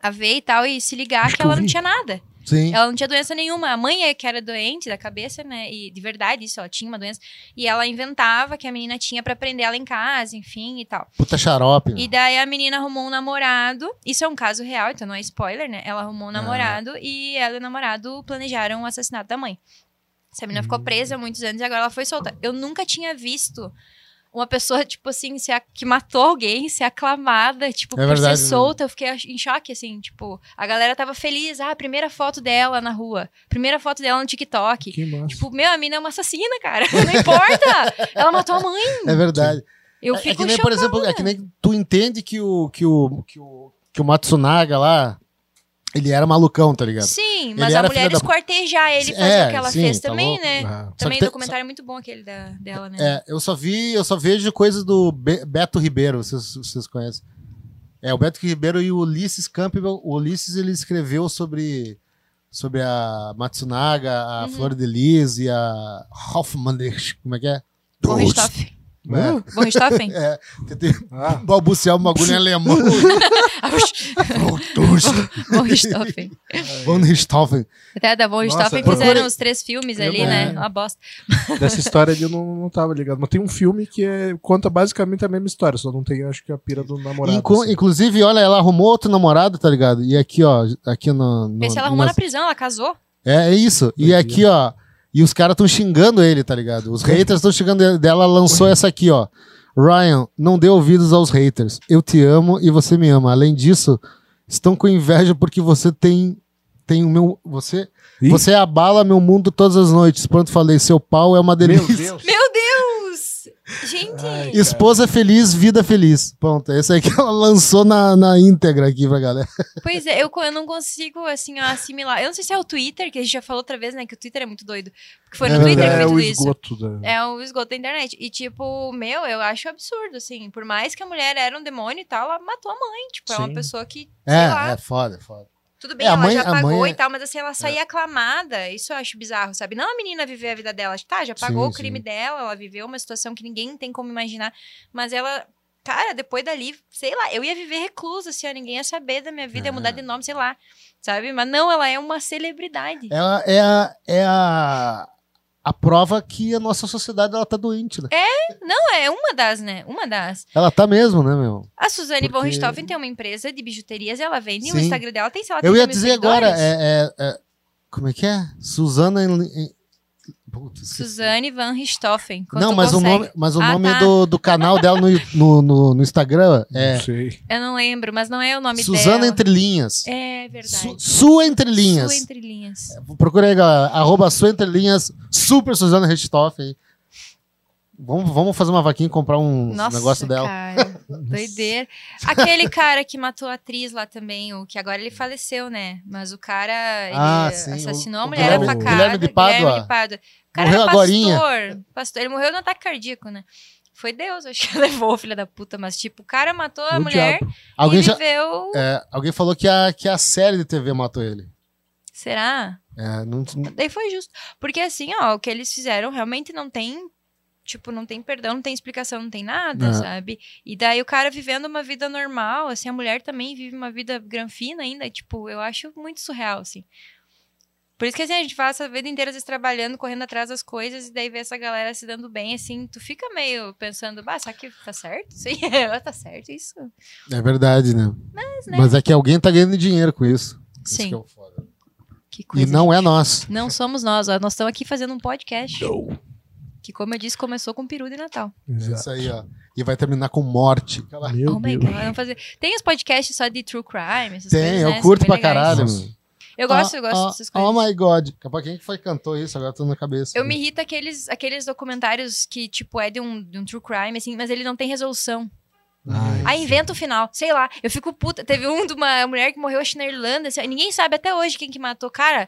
B: a ver e tal, e se ligar
D: Acho
B: que
D: que eu
B: ela não
D: vi.
B: tinha nada.
C: Sim.
B: Ela não tinha doença nenhuma. A mãe é que era doente da cabeça, né? E de verdade, isso, ela tinha uma doença. E ela inventava que a menina tinha pra prender ela em casa, enfim, e tal.
C: Puta xarope.
B: E
C: né?
B: daí a menina arrumou um namorado. Isso é um caso real, então não é spoiler, né? Ela arrumou um
C: Ah.
B: namorado e ela e o namorado planejaram o assassinato da mãe. Essa menina
C: Hum.
B: ficou presa há muitos anos e agora ela foi solta. Eu nunca tinha visto uma pessoa, tipo assim, ser a- que matou alguém, ser aclamada, tipo,
C: É
B: por
C: verdade,
B: ser
C: né?
B: solta. Eu fiquei ach- em choque, assim, tipo, a galera tava feliz. Ah, a primeira foto dela na rua, primeira foto dela no TikTok.
D: Que massa.
B: Tipo, meu, a mina é uma assassina, cara. Não importa. Ela matou a mãe.
C: É verdade.
B: Eu
C: É- é,
B: fico né?
C: que
B: em
C: nem, por exemplo, é que nem tu entende que o, que o, que o, que o Matsunaga lá, ele era malucão, tá ligado?
B: Sim,
C: Ele
B: mas a
C: era
B: mulher
C: filha da-
B: esquartejar ele
C: Sim,
B: fazer
C: é,
B: o que ela
C: sim,
B: fez
C: tá
B: também,
C: louco.
B: né?
D: Ah.
C: Só que
B: Também
C: tem-
B: o documentário é muito bom aquele da, dela, né?
C: É, eu só vi, eu só vejo coisas do Be- Beto Ribeiro, vocês, vocês conhecem. É, o Beto Ribeiro e o Ulisses Campbell. O Ulisses ele escreveu sobre, sobre a Matsunaga, a
B: Uhum.
C: Flor de Lis e a Hoffman, como é que é?
B: Von Richthofen. Hum?
C: É,
B: Von Richthofen?
C: tentei
D: Ah,
C: balbuciar um bagulho em alemão.
B: Auch, Von Richthofen.
C: Von Richthofen.
B: Até a da Von
D: Nossa,
B: Richthofen
D: procura-
B: fizeram os três filmes
D: Eu
B: ali,
D: não-
B: né? Uma bosta.
D: dessa história ali eu não, não tava ligado. Mas tem um filme que é- conta basicamente a mesma história, só não tem, acho que, a pira do namorado.
C: Incu-
D: assim.
C: Inclusive, olha, ela arrumou outro namorado, tá ligado? E aqui, ó, aqui no. no
B: Vê se ela arrumou na
C: nas-
B: prisão, ela casou.
C: É, é isso. E
D: Doideira.
C: aqui, ó. E os caras estão xingando ele, tá ligado? Os haters estão xingando ele. Ela lançou essa aqui, ó. Ryan, não dê ouvidos aos haters. Eu te amo e você me ama. Além disso, estão com inveja porque você tem tem o meu você
D: Ih.
C: você abala meu mundo todas as noites. Pronto, falei, seu pau é uma
D: Meu
C: delícia.
D: Deus.
B: Meu Deus! Gente!
C: Esposa feliz, vida feliz. Pronto, esse aí que ela lançou na, na íntegra aqui pra galera.
B: Pois é, eu, co- eu não consigo, assim, ó, assimilar. Eu não sei se é o Twitter, que a gente já falou outra vez, né? Que o Twitter é muito doido. Porque foi no
C: É
B: Twitter que
D: É
B: foi
D: o
B: tudo isso.
D: esgoto da.
B: É o esgoto da internet. E, tipo, meu, eu acho absurdo, assim. Por mais que a mulher era um demônio e tal, ela matou a mãe. Tipo, é uma
D: Sim.
B: pessoa que, sei lá.
C: É, é foda, é foda.
B: Tudo bem,
C: É, a
B: ela
C: mãe-
B: já
C: a mãe
B: pagou
C: é-
B: e tal, mas assim, ela sair aclamada, isso eu acho bizarro, sabe? Não a menina viver a vida dela, tá, já pagou
C: Sim,
B: o crime dela, ela viveu uma situação que ninguém tem como imaginar, mas ela, cara, depois dali, sei lá, eu ia viver reclusa, assim, ó, ninguém ia saber da minha vida, ia
C: É.
B: mudar de nome, sei lá, sabe? Mas não, ela é uma celebridade.
C: Ela é a, é a, a prova que a nossa sociedade ela tá doente, né?
B: Não, é uma das, né? Uma das.
C: Ela tá mesmo, né, meu?
B: A Suzane von
C: Porque-
B: Richthofen tem uma empresa de bijuterias, ela vende, e o
C: Sim.
B: Instagram dela tem, sei lá,
C: Eu
B: 30
C: ia
B: mil
C: dizer
B: seguidores.
C: agora, é, é- é- como é que é? Suzana. Em, em, Puta, esqueci.
B: Suzane van Richthofen. quando
C: Não,
B: tu
C: mas o
B: consegue.
C: nome, mas o
B: Ah,
C: nome
B: tá.
C: do, do canal dela no, no, no- no Instagram é
D: Não sei.
B: Eu não lembro, mas não é o nome
C: Suzana
B: dela.
C: Entre Linhas.
B: É verdade.
C: Su, Su Entre Linhas.
B: Sua entre linhas.
C: Procura aí, galera. Arroba Su Entre Linhas, Super Suzana Richthoff aí. Vamos, vamos fazer uma vaquinha e comprar um
B: Nossa,
C: negócio dela.
B: cara. Doideira. Aquele cara que matou a atriz lá também, o que agora ele faleceu, né? Mas o cara, ele
C: Ah, sim,
B: assassinou
C: o-
B: a
C: o
B: mulher
D: Guilherme-
B: a facada.
C: Guilherme de Pádua.
B: Guilherme de Pádua. O cara
C: Morreu
B: era pastor.
C: agorinha.
B: Pastor. Ele morreu no ataque cardíaco, né? Foi Deus, acho que levou, filha da puta. Mas, tipo, o cara matou a
D: O
B: mulher
D: diabo.
C: Alguém,
B: e
C: já,
B: viveu...
C: é, alguém falou que a, que a série de TV matou ele.
B: Será?
C: É, não,
B: Daí foi justo. Porque, assim, ó, o que eles fizeram realmente não tem... Tipo, não tem perdão, não tem explicação, não tem nada,
C: Não.
B: sabe? E daí o cara vivendo uma vida normal, assim, a mulher também vive uma vida granfina ainda, tipo, eu acho muito surreal, assim. Por isso que assim, a gente passa a vida inteira às vezes, trabalhando, correndo atrás das coisas, e daí vê essa galera se dando bem, assim, tu fica meio pensando, bah, será que tá certo? Sim, tá certo isso.
C: é verdade, né?
B: Mas, né?
C: Mas é que alguém tá ganhando dinheiro com isso. Isso
B: Sim.
C: que é o foda.
B: Que
C: E
B: coisa.
C: não é nós.
B: Não somos nós, ó, nós estamos aqui fazendo um podcast,
D: Não.
B: que como eu disse, começou com peru de Natal.
C: É
D: Exato.
C: Isso aí, ó. E vai terminar com morte.
D: Meu
B: oh my
D: Deus.
B: God, vamos fazer. Tem os podcasts só de true crime, essas
C: Tem,
B: coisas,
C: eu
B: né?
C: curto
B: Super
C: pra
B: legais.
C: caralho.
D: Nossa.
C: mano.
B: Eu gosto, eu gosto
C: Ah,
B: dessas
C: ah,
B: coisas.
C: Oh my god. Capaz quem que foi que cantou isso? Agora tô na cabeça.
B: eu me irrito aqueles, aqueles documentários que, tipo, é de um, de um true crime, assim, mas ele não tem resolução.
C: Ai.
B: Aí inventa o final, sei lá. Eu fico puta. Teve um de uma mulher que morreu, acho, que na Irlanda. assim, ninguém sabe até hoje quem que matou. Cara,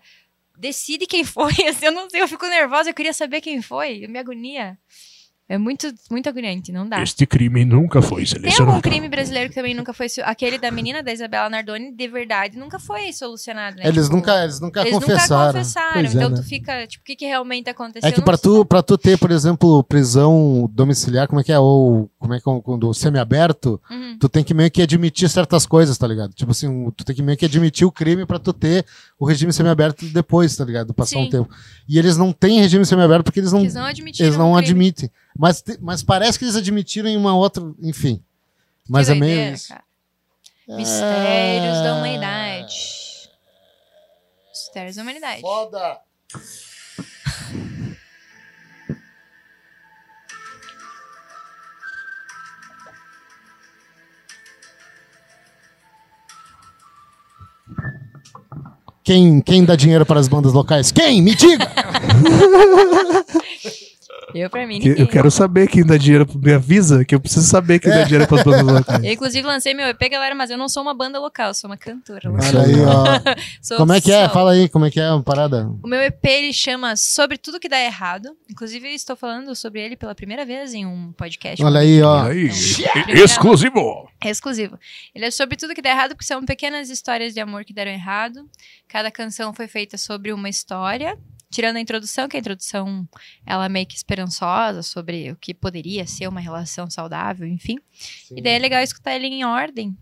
B: decide quem foi. assim, eu não sei, eu fico nervosa, eu queria saber quem foi. Eu me agonia. É muito, muito agoniante, não dá.
D: Este crime nunca foi
B: Tem algum
D: selecionado.
B: crime brasileiro que também nunca foi. su- Aquele da menina da Isabela Nardoni, de verdade, nunca foi solucionado, né?
C: Eles
B: Tipo,
C: nunca, eles nunca
B: eles
C: confessaram.
B: Nunca confessaram.
D: Pois é,
B: então
D: né?
B: tu fica, tipo, o que, que realmente aconteceu?
C: É que
B: Não
C: pra
B: sei.
C: tu, pra tu ter, por exemplo, prisão domiciliar, como é que é? Ou como é que é quando semiaberto,
B: Uhum.
C: tu tem que meio que admitir certas coisas, tá ligado? Tipo assim, o- tu tem que meio que admitir o crime pra tu ter o regime semiaberto depois, tá ligado? Passar um
B: Sim.
C: tempo. E eles não têm regime semiaberto porque eles não,
B: Eles não admitiram.
C: eles não
B: o crime.
C: admitem. Mas, te- mas parece que eles admitiram em uma outra, enfim.
B: Que
C: Mas é
B: doideira,
C: meio isso.
B: cara. Mistérios da
C: É.
B: humanidade. Mistérios da humanidade.
C: Foda! Quem, quem dá dinheiro para as bandas locais? Quem? Me diga!
B: Eu, pra mim,
D: Que-
B: ninguém.
D: Eu quero saber quem dá dinheiro. Me avisa que eu preciso saber quem dá dinheiro pras bandas locais.
B: Eu, inclusive, lancei meu EP, galera, mas eu não sou uma banda local, eu sou uma cantora. local.
C: Olha aí, ó.
B: Sou
C: Como é que é?
B: oficial.
C: Fala aí, como é que é a parada?
B: O meu EP ele chama Sobre Tudo Que Dá Errado. Inclusive, eu estou falando sobre ele pela primeira vez em um podcast. Então,
C: Olha aí, ó.
D: Aí,
B: Primeira-
D: exclusivo.
B: É exclusivo. Ele é sobre tudo que dá errado, porque são pequenas histórias de amor que deram errado. Cada canção foi feita sobre uma história, tirando a introdução, que a introdução ela é meio que esperançosa sobre o que poderia ser uma relação saudável, enfim. E daí é legal escutar ele em ordem.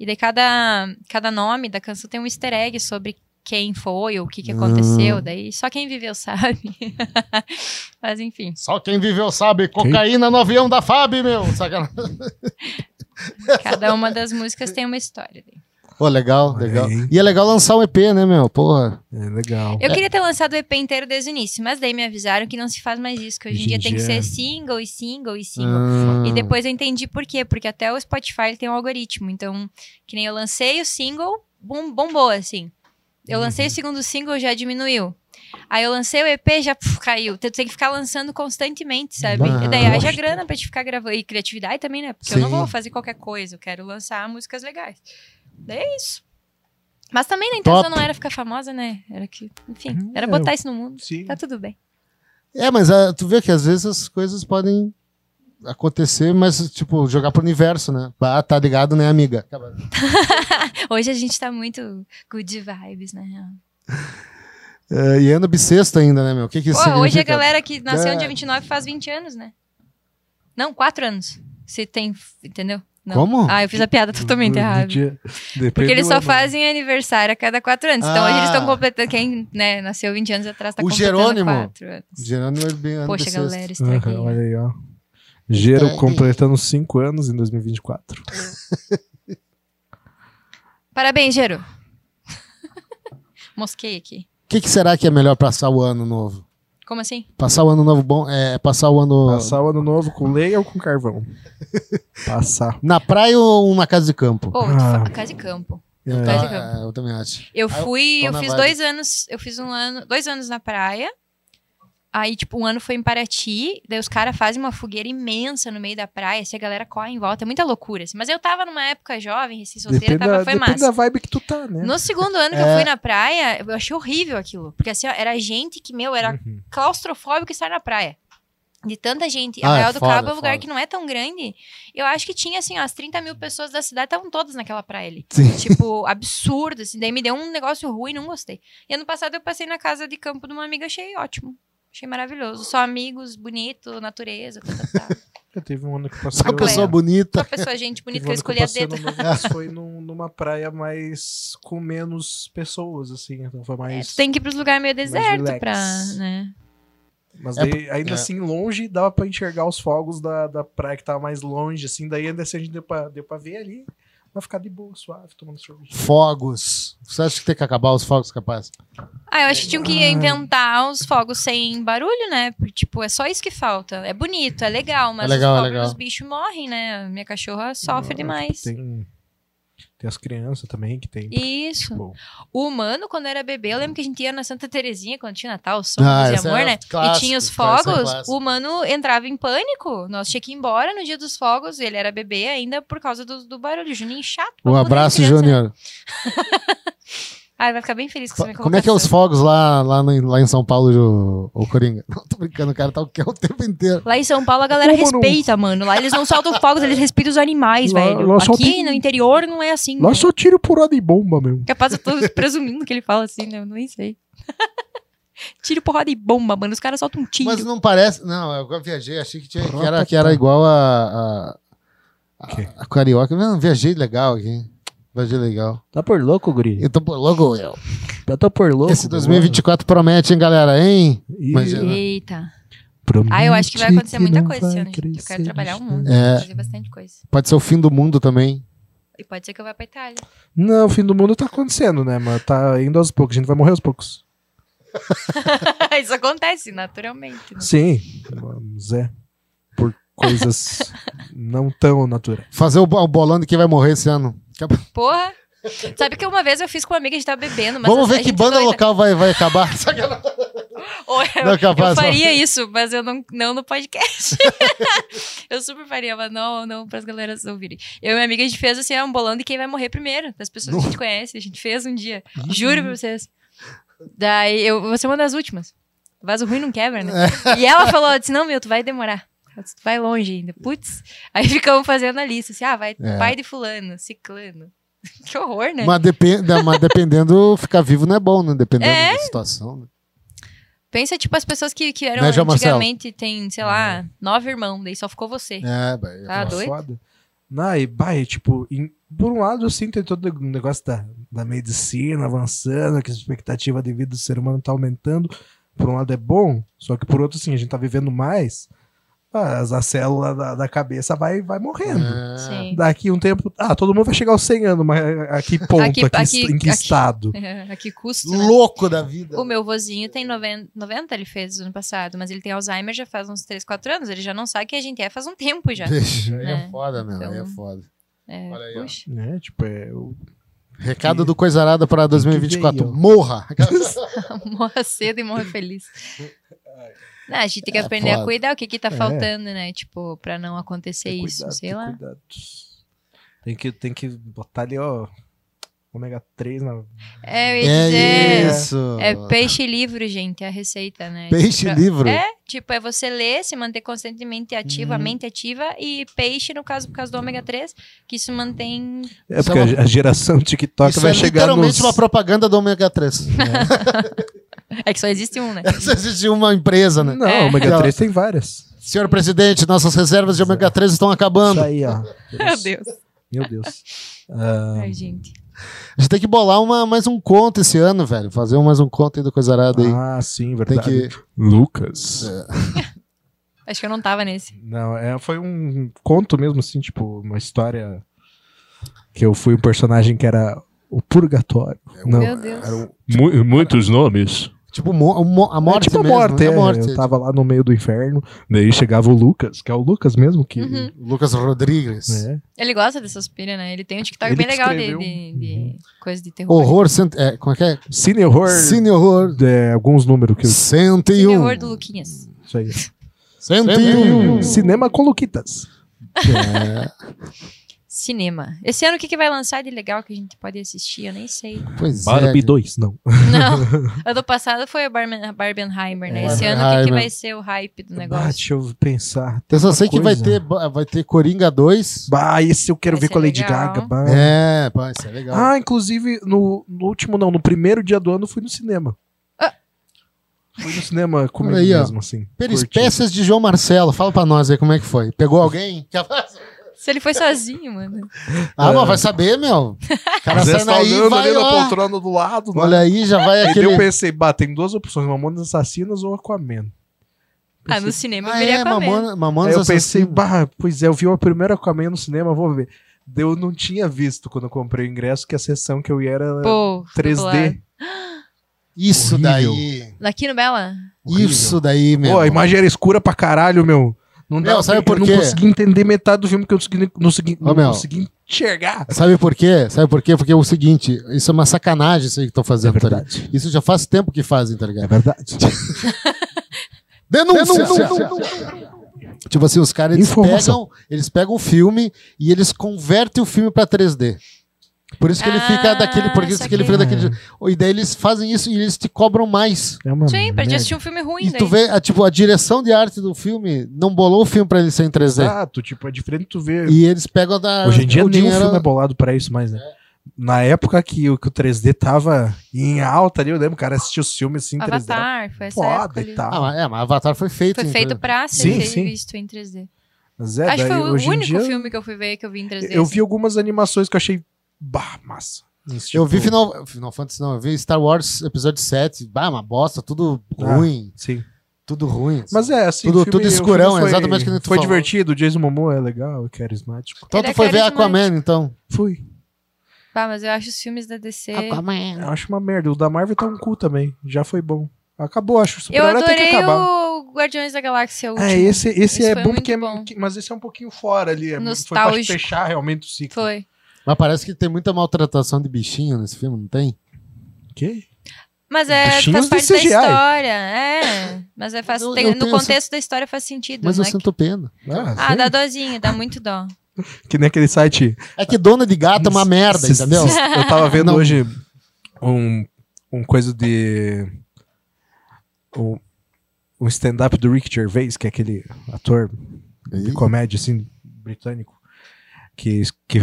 B: E daí cada, cada nome da canção tem um easter egg sobre quem foi, ou o que, que aconteceu. Daí só quem viveu sabe. Mas enfim.
C: Só quem viveu sabe, cocaína no avião da FAB, meu. Sacanagem.
B: Cada uma das músicas tem uma história. daí.
C: Pô, legal, legal.
D: Aí.
C: E é legal lançar um EP, né, meu? Porra.
D: É legal.
B: Eu queria ter lançado o EP inteiro desde o início, mas daí me avisaram que não se faz mais isso, que hoje em
D: Hoje
B: dia
D: em
B: tem que
D: dia é.
B: ser single e single e single.
C: Ah,
B: E depois eu entendi por quê, porque até o Spotify ele tem um algoritmo. Então, que nem eu lancei o single, bom, bombou, assim. Eu
C: Uhum.
B: lancei o segundo single, já diminuiu. Aí eu lancei o EP, já puf, caiu. Tu tem que ficar lançando constantemente, sabe?
C: Ah,
B: e daí haja
C: gosto.
B: grana pra te ficar gravando. E criatividade também, né? Porque eu não
C: Sim.
B: vou fazer qualquer coisa, eu quero lançar músicas legais. Daí é isso. Mas também na
C: Top.
B: intenção não era ficar famosa, né? Era que, enfim,
D: Hum,
B: era
D: é,
B: botar isso no mundo.
D: Sim.
B: Tá tudo bem.
C: É, mas ah, tu vê que às vezes as coisas podem acontecer, mas, tipo, jogar pro universo, né? Ah, tá ligado, né, amiga? Acaba-
B: Hoje a gente tá muito good vibes, né? na real.
C: É, e ano bissexto ainda, né, meu? O que que isso
B: Pô, hoje a
C: significa?
B: galera que nasceu
C: É.
B: no dia 29 faz 20 anos, né? Não, 4 anos. Você tem, entendeu? Não.
C: Como?
B: Ah, eu fiz a piada totalmente
D: Do- do
B: errada.
D: dia-
B: Porque
D: Depende
B: eles
D: do
B: só
D: ano.
B: fazem aniversário a cada 4 anos. Então hoje eles
C: um, né? Ah.
B: estão completando. Quem né, nasceu 20 anos atrás tá
C: O
B: completando
C: Jerônimo.
B: 4 anos.
C: Gerando ano bem ano
B: Poxa,
C: bissexto.
B: galera, tá estraguei.
D: Aham, olha aí, ó. Gero
C: Estraguei.
D: completando 5 anos em 2024.
B: Parabéns, Gero. Mosquei aqui.
C: O que, que será que é melhor passar o ano novo?
B: Como assim?
C: Passar o ano novo bom é passar o ano
D: Passar o ano novo com lenha ou com carvão? Passar.
C: na praia ou na casa de campo?
B: Pô, tu
D: Ah.
B: fa- casa de campo.
D: É.
C: Tá,
B: de campo.
C: é, eu também acho.
B: Eu
C: Ah, eu
B: fui,
C: tô
B: eu
C: na
B: fiz
C: vibe.
B: dois anos, eu fiz um ano, dois anos na praia. Aí, tipo, um ano foi em Paraty, daí os caras fazem uma fogueira imensa no meio da praia, assim, a galera corre em volta, é muita loucura. assim. Mas eu tava numa época jovem, recém-solteira,
D: Depende, da,
B: tava, foi
D: depende da
B: massa.
D: vibe que tu tá, né?
B: No segundo ano que eu
C: É.
B: fui na praia, eu achei horrível aquilo. Porque assim, ó, era gente que, meu, era
D: Uhum.
B: claustrofóbico estar na praia. De tanta gente.
C: Ah, é
B: Arraial do
C: foda,
B: Cabo é
C: é
B: um lugar
C: foda.
B: que não é tão grande. Eu acho que tinha, assim, ó, as 30 mil pessoas da cidade estavam todas naquela praia ali.
C: Sim.
B: Tipo, absurdo, assim. Daí me deu um negócio ruim, não gostei. E ano passado eu passei na casa de campo de uma amiga, achei ótimo. Achei maravilhoso. Só amigos, bonito, natureza, tal, tal, tal.
D: Eu teve um ano que passei.
C: Só
D: no-
C: pessoa bonita.
B: Só pessoa, gente bonita
D: teve
B: que
D: um
B: eu escolhi
D: ano
B: a
D: passei
B: dedo.
D: no meu- mas foi num- numa praia mais. com menos pessoas, assim. Então foi
B: É,
D: mais.
B: tu tem que ir pros lugares meio deserto
D: relax.
B: pra, né?
D: Mas
C: É,
D: daí, ainda
C: é.
D: assim, longe, dava pra enxergar os fogos da, da praia que tava mais longe, assim. Daí ainda assim a gente deu pra, deu pra ver ali. Vai ficar de boa, suave, tomando sorvete.
C: Fogos. Você acha que tem que acabar os fogos, capaz?
B: Ah, eu acho que tinham que inventar os fogos sem barulho, né? Porque, Tipo, é só isso que falta. É bonito, é legal, mas
C: É legal, é
B: os pobres
C: legal.
B: dos bichos morrem, né? Minha cachorra sofre
D: Ah,
B: demais.
D: Tem, tem as crianças também que tem.
B: Isso.
D: Tipo,
B: O humano, quando era bebê, eu lembro que a gente ia na Santa Terezinha quando tinha Natal, som
C: Ah,
B: de
C: esse
B: amor,
C: era
B: né?
C: clássico,
B: e tinha os
C: esse era
B: fogos,
C: clássico. Um
B: o humano entrava em pânico. Nós tinha que ir embora no dia dos fogos, ele era bebê ainda por causa do, do barulho. Juninho chato. pra
C: Um
B: poder
C: abraço,
B: criança, né?
C: Júnior.
B: Ah, vai ficar bem feliz com essa minha
C: Como é que é os
B: colocação.
C: fogos lá, lá, no- lá em São Paulo, o, o Coringa? Não, tô brincando, o cara tá o que é o tempo inteiro.
B: Lá em São Paulo a galera
D: Ô, mano.
B: respeita, mano. Lá eles não soltam fogos, eles respeitam os animais,
D: Lá-
B: velho.
D: lá só
B: Aqui
D: tem-
B: no interior não é assim.
D: Lá
B: né?
D: só tiro por hora de bomba, meu.
B: Capaz eu tô presumindo que ele fala assim, né? Eu nem sei. Tiro, porrada e bomba, mano. Os caras soltam um tiro.
C: Mas não parece. Não, eu viajei, achei que, tinha, que, era,
D: Pronto,
C: que era
D: tá.
C: igual a. a,
D: Que?
C: a, a Carioca. Não, viajei legal aqui. Viajei legal.
D: Tá por louco, guri?
C: Eu tô pô, logo. eu.
D: Eu tô tá por louco.
C: Esse 2024 promete, hein, galera, hein? um, Mas- é-
B: Eita. Ah, eu acho que vai acontecer muita coisa esse ano, gente. Eu quero trabalhar um monte,
C: É.
B: fazer bastante coisa.
C: Pode ser o fim do mundo também.
B: E pode ser que eu vá pra Itália.
D: Não, o fim do mundo tá acontecendo, né, mano? Tá indo aos poucos. A gente vai morrer aos poucos.
B: Isso acontece naturalmente. né?
D: Sim. Vamos, é. Por coisas não tão naturais.
C: Fazer o, bo- o bolão de quem vai morrer esse ano. Acaba-
B: Porra. Sabe que uma vez eu fiz com uma amiga, a gente tava bebendo, mas
C: Vamos
B: a- a
C: ver que
B: gente
C: banda
B: doida.
C: local vai, vai acabar. Sacanagem.
B: Ou eu,
C: Não, capaz, não.
B: eu faria isso, mas eu não, não no podcast. eu super faria, mas não, não pras galeras ouvirem. Eu e minha amiga, a gente fez assim, ah, um bolão de quem vai morrer primeiro, das pessoas que a gente conhece. A gente fez um dia.
C: Uhum.
B: Juro pra vocês. Daí, eu vou ser uma das últimas. Vaso ruim não quebra, né?
C: É.
B: E ela falou, ela disse, não, meu, tu vai demorar. Ela disse, Tu vai longe ainda. Putz. Aí ficamos fazendo a lista, assim, ah, vai
C: É.
B: pai de fulano, ciclano. que horror, né?
C: Mas, depen- né, mas dependendo, ficar vivo não é bom, né? Dependendo
B: É.
C: da situação. né?
B: Pensa, tipo, as pessoas que, que eram
C: Né, João Marcelo?
B: antigamente, tem, sei lá, nove irmãos, daí só ficou você.
C: É, bah, eu-
B: Tá doido?
D: Foda. Não, e bah, é tipo, em- por um lado, assim, tem todo o negócio da, da medicina avançando, que a expectativa de vida do ser humano tá aumentando. Por um lado é bom, só que por outro, assim, a gente tá vivendo mais. Mas a célula da, da cabeça vai, vai morrendo.
C: Ah,
B: Sim.
D: Daqui um tempo. Ah, todo mundo vai chegar aos 100 anos, mas a que ponto?
B: Aqui-
D: a que
B: aqui-
D: est- em que
B: aqui.
D: estado?
B: É, a que custo, né?
C: Louco da vida.
B: O meu vozinho tem 90, 90, ele fez ano passado, mas ele tem Alzheimer já faz uns 3, 4 anos. Ele já não sabe quem a gente é faz um tempo já.
C: Deixa, aí é
B: É.
C: foda, meu. Aí é
B: Então-
C: foda.
B: É,
C: Olha aí, ó.
B: puxa.
D: Né? Tipo, é, o-
C: Recado do Coisarada para 2024.
D: veio.
C: Morra! É
B: morra cedo e morra feliz. Não, a gente tem que
C: É
B: aprender
C: foda. É
B: a cuidar o que que tá
D: É.
B: faltando, né? Tipo, pra não acontecer
D: Tem
B: isso,
D: é cuidado,
B: sei
D: tem
B: lá.
D: cuidado. Tem que, tem que botar ali, ó. Ômega 3 na.
B: É, eu ia
C: É
B: dizer,
C: isso!
B: é peixe livre, gente, é a receita, né?
C: Peixe
B: Pra-
C: livro.
B: É, tipo, é você ler, se manter constantemente ativo, a
D: Uhum.
B: mente ativa, e peixe, no caso, por causa do ômega 3, que isso mantém.
D: É
C: Isso
D: porque
C: é uma-
D: a a geração TikTok
C: Isso
D: vai
C: é
D: chegar
C: literalmente
D: nos...
C: uma propaganda do ômega 3.
B: É que só existe um, né?
C: Essa existe uma empresa, né?
D: Não,
B: É.
D: ômega 3 tem várias.
C: Senhor presidente, nossas reservas de ômega 3 estão
D: Isso
C: acabando. A
D: aí, ó.
B: Meu Deus.
D: Meu Deus.
B: Ai, gente.
C: gente tem que bolar uma, mais um conto esse ano, velho. Fazer um mais um conto aí do Coisarada aí.
D: Ah, sim,
C: tem
D: verdade.
C: que. É,
D: Lucas.
B: Acho que eu não tava nesse.
D: Não, é, foi um conto mesmo, assim, tipo, uma história que eu fui um personagem que era o purgatório.
C: É,
D: Não,
B: Meu Deus.
D: era um-
E: muitos nomes.
C: Tipo, mo- mo- a morte.
D: é tipo a
C: mesmo,
D: morte,
C: né?
D: é.
C: a morte.
D: Eu tava lá no meio do inferno, daí chegava o Lucas, que é o Lucas mesmo que...
B: Uhum.
C: tipo, Lucas Rodrigues.
D: né?
B: Ele gosta dessas pilhas, né? Ele tem um TikTok
D: Ele
B: bem
D: que
B: legal de,
D: escreveu.
B: de, de coisa de terror.
C: Horror. cent- É, como é que é?
D: Cine horror,
C: Cine horror.
D: é, alguns números que eu...
C: 101.
B: Cine horror do Luquinhas.
D: Isso aí.
C: 101.
D: Cinema com Luquitas. um.
C: É,
B: Cinema. Esse ano o que, que vai lançar de legal que a gente pode assistir? Eu nem sei.
C: pois
D: Barbie
C: é.
D: 2, não.
B: Não. ano passado foi a Barben- a Barbenheimer, né?
C: É,
B: Esse ano o que, que
C: Barbenheimer.
B: vai ser o hype do
D: Ah,
B: Um negócio?
D: deixa eu pensar.
C: Eu então, só sei que vai
D: coisa.
C: ter, ba- vai ter Coringa 2.
D: Bah, esse eu quero
B: Vai
D: ver
B: ser
D: com a Lady
B: é legal.
D: Gaga. bah.
C: É, pá, isso é legal.
D: Ah, inclusive, no, no último não, no primeiro dia do ano eu fui no cinema.
B: Ah.
D: Fui no cinema comigo
C: Olha aí, ó.
D: mesmo, assim. curti.
C: Perispécias de João Marcelo. Fala pra nós aí como é que foi. Pegou alguém?
B: Ah, Se ele foi sozinho, mano.
C: Ah, mas vai saber, meu. O cara
D: É. Às vezes
C: saindo
D: tá
C: aí,
D: olhando
C: vai
D: ali na
C: lá.
D: poltrona do lado, né?
C: Olha aí, já vai
D: E daí
C: aquele...
D: eu pensei, bah, tem duas opções, Mamonas Assassinas ou Aquaman.
B: Ah, no cinema eu
C: Ah,
B: viria
C: é,
B: com a mesma.
C: Mamona, Mamonas
D: Aí eu
C: Assassinas.
D: pensei, bah, pois é, eu vi o primeiro Aquaman no cinema, vou ver. Daí Eu não tinha visto quando eu comprei o ingresso que a sessão que eu ia era
B: Pô,
D: 3D.
C: Isso
D: Horrível.
C: daí.
B: Aqui no Bela?
D: Horrível.
C: Isso daí, meu.
D: Pô, a imagem era escura pra caralho, meu. Não,
C: Meu,
D: dava-
C: sabe por
D: eu não
C: quê?
D: consegui entender metade do filme que eu consegui- não consegui,
C: Ô,
D: não
C: meu.
D: consegui enxergar.
C: Sabe por quê? Sabe por quê? Porque é o seguinte, isso é uma sacanagem isso aí que estão
D: É
C: fazendo, tá ligado? Isso já faz tempo que fazem, tá ligado?
D: verdade.
C: Denúncia!
D: Denúncia!
C: Tipo assim, os caras eles
D: Informação.
C: pegam, eles pegam o filme e eles convertem o filme pra 3D. Por isso que ele fica
B: Ah,
C: daquele, por isso que ele fica
B: saquei.
C: daquele, e daí eles fazem isso e eles te cobram mais.
D: É uma
B: Sim, pra gente
D: merda.
B: assistir um filme ruim,
C: E
B: né?
C: tu vê, a, tipo, a direção de arte do filme não bolou o filme pra ele ser em 3D.
D: Exato, tipo, é diferente tu ver.
C: E eles pegam da
D: Hoje em dia
C: o
D: nenhum
C: dinheiro É.
D: filme é bolado pra isso mais, né? Na época que, o- que o 3D tava em alta ali, eu lembro, o cara assistiu os filmes assim, em 3D. era
B: Avatar, foi essa época
D: Foda
B: ali.
D: e tal.
C: Ah, mas, é, mas Avatar foi feito.
B: Foi
C: em
B: feito
C: 3D.
B: pra
D: Sim,
B: ser
D: sim.
B: visto em 3D.
D: Mas é,
B: Acho que
D: daí,
B: foi o
D: hoje em
B: único
D: dia,
B: filme que eu fui ver que eu vi em 3D.
D: eu
B: assim.
D: vi algumas animações que eu achei, bah, massa.
C: Eu vi
D: Tipo,
C: Final, Final Fantasy, não, eu vi Star Wars Episódio 7. Bah, uma bosta, tudo
D: Ah.
C: ruim,
D: Sim.
C: tudo ruim.
D: Mas é, assim,
C: Tudo-
D: o filme-
C: tudo
D: o filme
C: escurão,
D: foi-
C: exatamente o que tu
D: Foi
C: falou.
D: divertido, o Jason Momoa é legal, é carismático.
C: Então
B: Ele
C: tu
B: é
C: foi ver
B: carismático.
C: Aquaman, então.
D: Fui.
B: Pá, mas eu acho os filmes da DC.
C: Aquaman.
B: É.
D: Eu acho uma merda. O da Marvel tá um cu também. Já foi bom. Acabou, acho.
B: Eu
D: Super-herói tem que
B: adorei
D: acabar.
B: o Guardiões da Galáxia. O
D: É,
B: último.
D: esse, esse,
B: Esse
D: é
B: foi
D: bom
B: muito
D: porque é.
B: bom.
D: que- Mas esse é um pouquinho fora ali. É, Foi pra
B: Nostálgico.
D: fechar realmente o ciclo.
B: Foi.
C: Mas parece que tem muita maltratação de bichinho nesse filme, não tem?
D: Que?
B: Mas é,
D: Bichinhos
B: faz parte
D: de
B: da
D: CGI.
B: história. É. Mas é faz,
C: Mas eu-
B: tem-
C: eu
B: no
C: tenho
B: contexto da história faz sentido.
C: Mas
B: não
C: eu
B: é
C: sinto pena.
D: Ah,
B: Ah, dá dozinho, dá muito dó.
D: Que nem aquele site.
C: É que dona de gato é uma merda,
D: Cês-
C: entendeu?
D: cês- Eu tava vendo
C: Não.
D: hoje um, um coisa de. Um, um stand-up do Rick Gervais, que é aquele ator de comédia, assim, britânico, que, que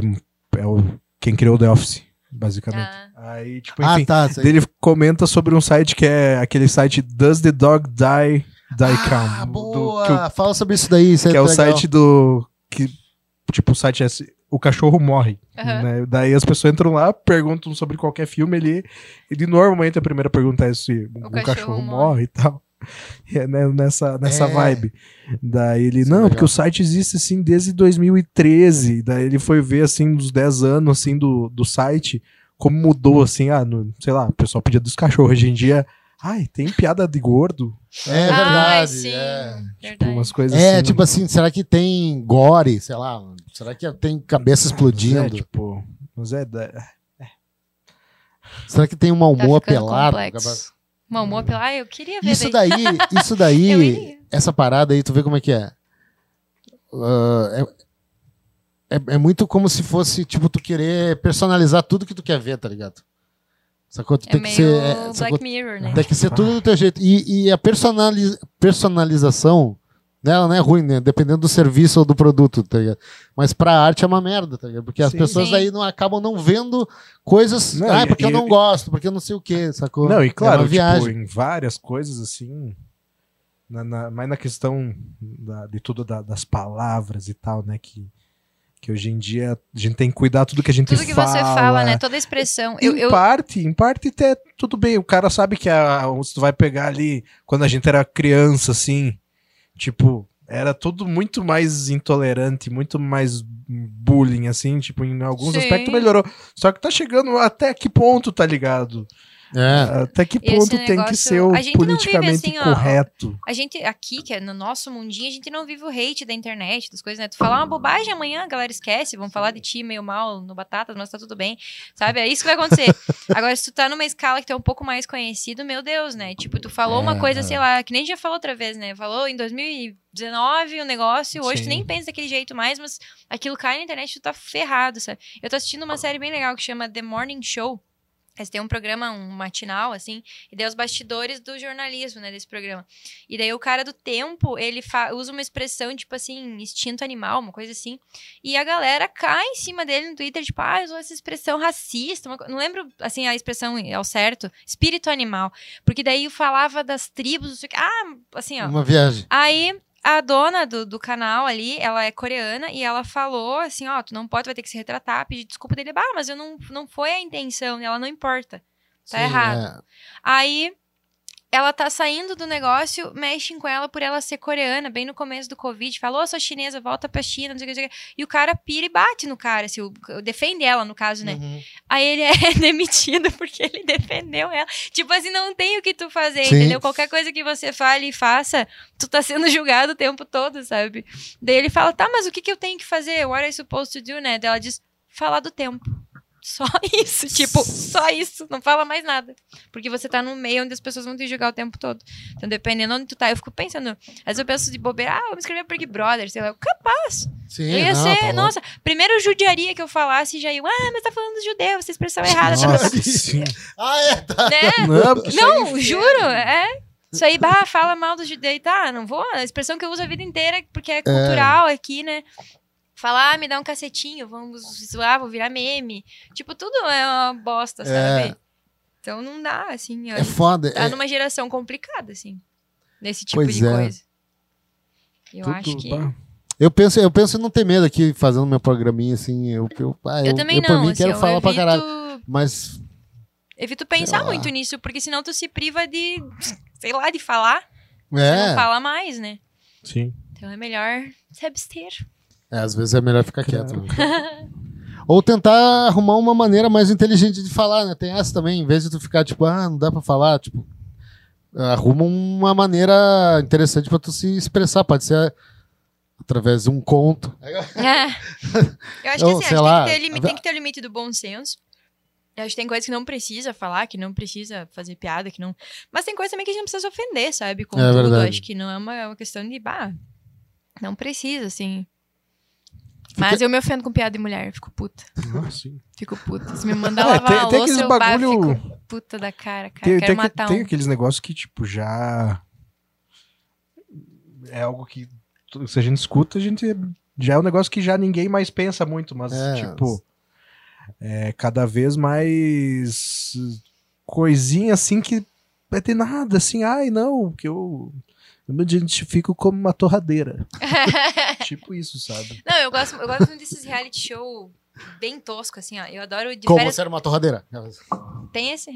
D: é o, quem criou The Office, basicamente.
B: Ah.
D: Aí, tipo,
C: Ah,
D: enfim,
C: tá.
D: daí ele comenta sobre um site que é aquele site Does the Dog Die, Die
C: Ah,
D: Calm? um do-
C: boa.
D: que o-
C: Fala sobre isso daí. isso
D: que é o
C: legal.
D: site do... que Tipo, o site é esse, O Cachorro Morre.
B: Aham.
D: né? Daí as pessoas entram lá, perguntam sobre qualquer filme, ele, ele normalmente a primeira pergunta é se o,
B: cachorro
D: cachorro
B: morre.
D: morre e tal. É, né, nessa, nessa
C: É.
D: vibe. Daí ele,
C: Isso é
D: não,
C: legal.
D: porque o site existe assim desde 2013. Daí ele foi ver assim dos 10 anos assim do, do site, como mudou assim, ah, no- sei lá, o pessoal pedia dos cachorros hoje em dia. Ai, tem piada de gordo,
C: É
B: Ai,
C: verdade.
B: Ah, sim,
C: é.
B: verdade.
D: umas coisas
C: É,
D: assim.
C: tipo assim, será que tem gore, sei lá? Será que tem cabeça
D: É,
C: explodindo?
D: tipo, mas é, da-
C: Será que tem um uma
B: Tá
C: almoa
B: ficando
C: pelada?
B: complexo. Uma
D: Hum.
B: almoa pelada? Ah, eu queria ver.
C: Isso
B: daí.
C: daí, isso
B: Eu
C: daí,
B: iria.
C: essa parada aí, tu vê como é que é. Ah, é, é- é muito como se fosse, tipo, tu querer personalizar tudo que tu quer ver, tá ligado? Sacou? Tu
B: É
C: tem
B: meio
C: que ser. é, sacou?
B: Black Mirror, né?
C: Tem que ser tudo do teu jeito. E, e a personali- personalização dela não é ruim, né? Dependendo do serviço ou do produto, tá ligado? Mas pra arte é uma merda, tá ligado? Porque as
D: Sim.
C: pessoas
B: Sim.
C: aí não acabam não vendo coisas.
D: Não,
C: ah,
D: e-
C: porque eu
D: e-
C: não gosto, porque eu não sei o quê, sacou?
D: Não, e
C: é
D: claro,
C: uma
D: tipo,
C: viagem.
D: em várias coisas assim, na, na- mais na questão da- de tudo da- das palavras e tal, né? Que, que hoje em dia a gente tem que cuidar tudo que a gente
B: Tudo que
D: fala.
B: você fala, né? Toda a expressão. Eu,
D: em
B: eu,
D: parte, em parte até tudo bem. O cara sabe que a, se tu vai pegar ali quando a gente era criança, assim, tipo, era tudo muito mais intolerante, muito mais bullying, assim, tipo, em alguns
B: Sim.
D: aspectos melhorou. Só que tá chegando até que ponto, tá ligado?
C: É.
D: Até que
B: Esse
D: ponto tem que
B: negócio-
D: ser o
B: a gente não vive
D: politicamente
B: assim, ó,
D: correto?
B: a gente aqui, que é no nosso mundinho, a gente não vive o hate da internet, das coisas, né? Tu falar uma bobagem amanhã, a galera esquece, vão falar de ti meio mal no batata, mas tá tudo bem, sabe? É isso que vai acontecer. Agora, se tu tá numa escala que tu é um pouco mais conhecido, meu Deus, né? Tipo, tu falou uma
C: É,
B: coisa,
C: é.
B: sei lá, que nem já falou outra vez, né? Falou em 2019 o negócio, hoje
D: Sim.
B: tu nem pensa daquele jeito mais, mas aquilo cai na internet, tu tá ferrado, sabe? Eu tô assistindo uma série bem legal que chama The Morning Show. Eles têm um programa, um matinal, assim, e daí os bastidores do jornalismo, né, desse programa. E daí o cara do tempo, ele fa- usa uma expressão, tipo assim, instinto animal, uma coisa assim. E a galera cai em cima dele no Twitter, tipo, ah, usou essa expressão racista. uma co- Não lembro, assim, a expressão ao certo. Espírito animal. Porque daí eu falava das tribos, não sei o quê. Ah, assim, ó.
C: Uma viagem.
B: Aí a dona do, do canal ali, ela é coreana e ela falou assim: ó, tu não pode, vai ter que se retratar, pedir desculpa dele. Bah, mas eu não, não foi a intenção, ela não importa. Tá
C: Sim,
B: errado. Aí ela tá saindo do negócio, mexem com ela por ela ser coreana, bem no começo do Covid. Falou, sou chinesa, volta pra China, não sei o que, não sei o que. E o cara pira e bate no cara, assim, o- defende ela, no caso,
C: é.
B: né?
C: Uhum.
B: Aí ele é demitido porque ele defendeu ela. Tipo assim, não tem o que tu fazer,
C: Sim.
B: entendeu? Qualquer coisa que você fale e faça, tu tá sendo julgado o tempo todo, sabe? Daí ele fala, tá, mas o que, que eu tenho que fazer? What I supposed to do, né? Daí ela diz, falar do tempo. Só isso, tipo, só isso, não fala mais nada. Porque você tá num meio onde as pessoas vão te julgar o tempo todo. Então, dependendo onde tu tá, eu fico pensando, às vezes eu penso de bobeira, ah, vou me inscrever pro Big Brother, sei lá, eu, capaz.
C: Sim,
B: Eu ia
C: não,
B: ser,
C: tá louco.
B: nossa, primeiro eu judiaria que eu falasse já ia, ah, mas tá falando dos judeus, essa expressão é errada, tá falando,
D: Sim.
C: Ah, é, tá.
B: né?
D: Não, porque isso aí-
B: Não, juro, é. Isso aí, bah, fala mal dos judeus, tá, não vou, é a expressão que eu uso a vida inteira, porque é cultural aqui, né? Falar, ah, me dá um cacetinho, vamos zoar, vou virar meme. Tipo, tudo é uma bosta,
C: É.
B: sabe? Então não dá, assim, ó,
C: É foda.
B: tá
C: é-
B: numa geração complicada, assim, nesse tipo
C: Pois
B: de
C: é.
B: coisa. Eu
D: Tudo,
B: acho que...
D: bah.
C: eu, penso, eu penso em não ter medo aqui fazendo meu programinha assim. Eu, eu, ah,
B: Eu,
C: eu-
B: também
C: eu, por
B: não,
C: mim,
B: assim,
C: quero
B: eu
C: falar pra
B: evito
C: caralho. Mas
B: Evito pensar
C: lá.
B: muito nisso, porque senão tu se priva de, sei lá, de falar. Você não
C: é,
B: fala mais, né?
D: Sim.
B: Então é melhor se abster.
C: é, às vezes é melhor ficar quieto. né? Ou tentar arrumar uma maneira mais inteligente de falar, né? Tem essa também, em vez de tu ficar tipo, ah, não dá pra falar, tipo, arruma uma maneira interessante pra tu se expressar, pode ser através de um conto.
B: É.
D: Então,
B: Eu acho que
C: Eu,
B: assim,
C: sei
B: acho
C: lá,
B: que tem que, ter o limite,
C: a-
B: tem que ter o limite do bom senso. Eu acho que tem coisa que não precisa falar, que não precisa fazer piada, que não. Mas tem coisa também que a gente não precisa se ofender, sabe? Com
C: É
B: tudo.
C: verdade.
B: Acho que não é uma, é uma questão de, bah, não precisa, assim. Mas eu me ofendo com piada de mulher, eu fico puta.
D: Ah, sim.
B: Fico puta. Se me mandar
D: É,
B: lavar
D: tem-
B: a
D: tem
B: louça,
D: aqueles
B: eu bah,
D: bagulho-
B: fico puta da cara, cara.
D: Tem,
B: Quero
D: tem,
B: matar
D: tem
B: um.
D: aqueles negócios que, tipo, já. É algo que. tu- Se a gente escuta, a gente. Já é um negócio que já ninguém mais pensa muito, mas,
C: É.
D: tipo. É cada vez mais. Coisinha assim que. É de nada, assim. Ai, não, que eu. Eu me identifico como uma torradeira. tipo isso, sabe?
B: Não, eu gosto, eu gosto muito desses reality show bem tosco, assim, ó. Eu adoro de
C: Como
B: férias.
C: ser uma torradeira.
B: Tem esse?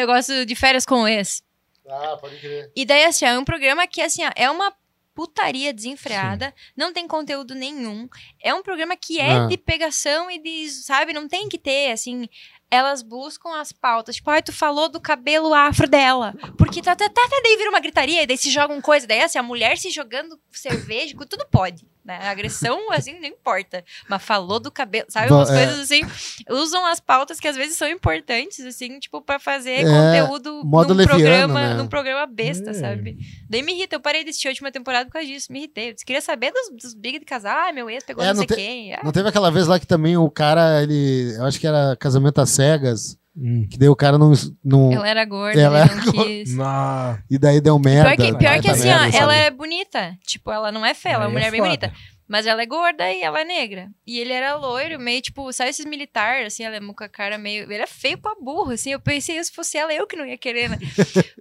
B: eu gosto de férias com o ex.
C: Ah, pode crer.
B: E daí, assim, ó, é um programa que, assim, ó, é uma putaria desenfreada, não tem conteúdo nenhum. É um programa que é
C: Ah.
B: de pegação e de, sabe, não tem que ter, assim. Elas buscam as pautas. Tipo, ai, tu falou do cabelo afro dela. Porque tá, tá, tá, tá, daí vira uma gritaria, e daí se jogam coisa. Daí, assim, a mulher se jogando cerveja, com- tudo pode. Né? A agressão, assim, não importa. Mas falou do cabelo, sabe?
C: Bom,
B: Umas
C: é.
B: coisas assim. Usam as pautas que às vezes são importantes, assim, tipo, pra
C: É,
B: fazer conteúdo
C: modo
B: num,
C: leviano,
B: programa,
C: né?
B: num programa besta,
D: É.
B: sabe? Daí me irrita, eu parei de assistir a última temporada por causa disso, me irritei. Eu disse, queria saber dos, dos big de casar, ah, meu ex pegou
C: É,
B: não,
C: não
B: sei
C: te-
B: quem. Ah,
C: Não teve aquela vez lá que também o cara, ele. Eu acho que era casamento às cegas,
D: Hum.
C: que daí o cara não. não
B: ela era gorda,
C: Ela
B: ele
C: era
B: não quis.
D: Na...
C: E daí deu merda.
B: Pior que, pior
C: vai
B: que
C: pra
B: assim,
C: merda,
B: ó, ela
C: sabe?
B: é bonita. Tipo, ela não é feia, ela é
D: Aí
B: uma mulher bem
D: foda.
B: bonita. Mas ela é gorda e ela é negra. E ele era loiro, meio tipo, sabe esses militares, assim, ela é com a cara meio. Ele é feio pra burro, assim. Eu pensei, se fosse ela, eu que não ia querer, né?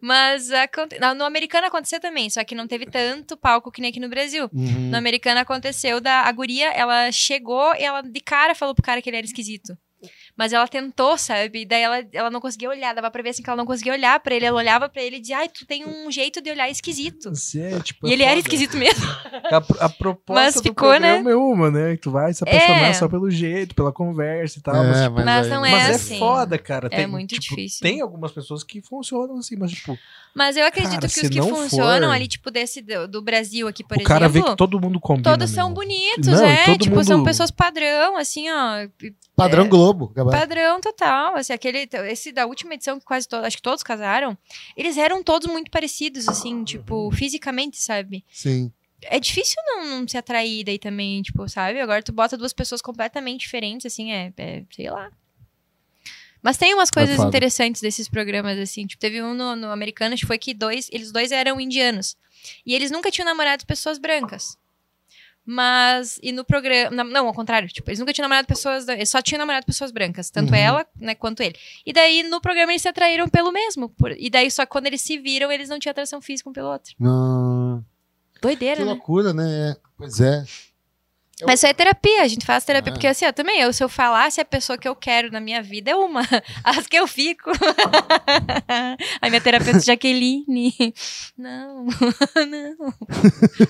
B: Mas aconte- na- no americano aconteceu também, só que não teve tanto palco que nem aqui no Brasil.
D: Hum.
C: Uhum.
B: No americano aconteceu da a guria, ela chegou e ela de cara falou pro cara que ele era esquisito. Mas ela tentou, sabe? E daí ela, ela não conseguia olhar, dava pra ver assim que ela não conseguia olhar pra ele. Ela olhava pra ele e dizia, ai, tu tem um jeito de olhar esquisito.
D: Você é, tipo,
B: e
D: é
B: ele era
D: foda.
B: esquisito mesmo.
D: A, pro- a proposta
B: Mas
D: do
B: ficou, né?
D: programa é uma, né? Tu vai se apaixonar
B: É.
D: só pelo jeito, pela conversa e tal. mas,
C: É,
D: tipo,
B: Mas
C: aí-
B: não é
D: mas é
B: assim.
D: foda, cara.
B: É
D: Tem,
B: muito
D: tipo,
B: difícil.
D: Tem algumas pessoas que funcionam assim, mas tipo,
B: Mas eu acredito
D: Cara,
B: que
D: se
B: os que
D: não
B: funcionam
D: for-
B: ali, tipo, desse do, do Brasil aqui, por
D: o cara vê
B: exemplo.
D: que todo mundo combina.
B: Todos são
D: meu.
B: bonitos,
D: Não, e
B: é.
D: todo
B: Tipo, são
D: mundo-
B: pessoas padrão, assim, ó.
C: Padrão Globo, Gabriel.
B: É. Padrão total, assim, aquele, esse da última edição que quase todos, acho que todos casaram, eles eram todos muito parecidos, assim, tipo, fisicamente, sabe?
C: Sim.
B: É difícil não, não se atrair daí também, tipo, sabe? Agora tu bota duas pessoas completamente diferentes, assim, é, é, sei lá. Mas tem umas coisas
C: É foda.
B: interessantes desses programas, assim, tipo, teve um no, no americano, acho que foi que dois, eles dois eram indianos, e eles nunca tinham namorado pessoas brancas. Mas, e no programa. na- Não, ao contrário, tipo, eles nunca tinham namorado pessoas. Eles só tinham namorado pessoas brancas, tanto
C: Uhum.
B: ela né, quanto ele. E daí, no programa, eles se atraíram pelo mesmo. por- e daí, só que quando eles se viram, eles não tinham atração física um pelo outro.
C: Não. Que
B: Doideira, né?
C: loucura, né? É. Pois é.
B: Mas isso é terapia, a gente faz terapia,
C: Ah.
B: porque assim, ó, também, eu, se eu falasse a pessoa que eu quero na minha vida é uma, as que eu fico. a minha terapeuta Jaqueline. Não, não.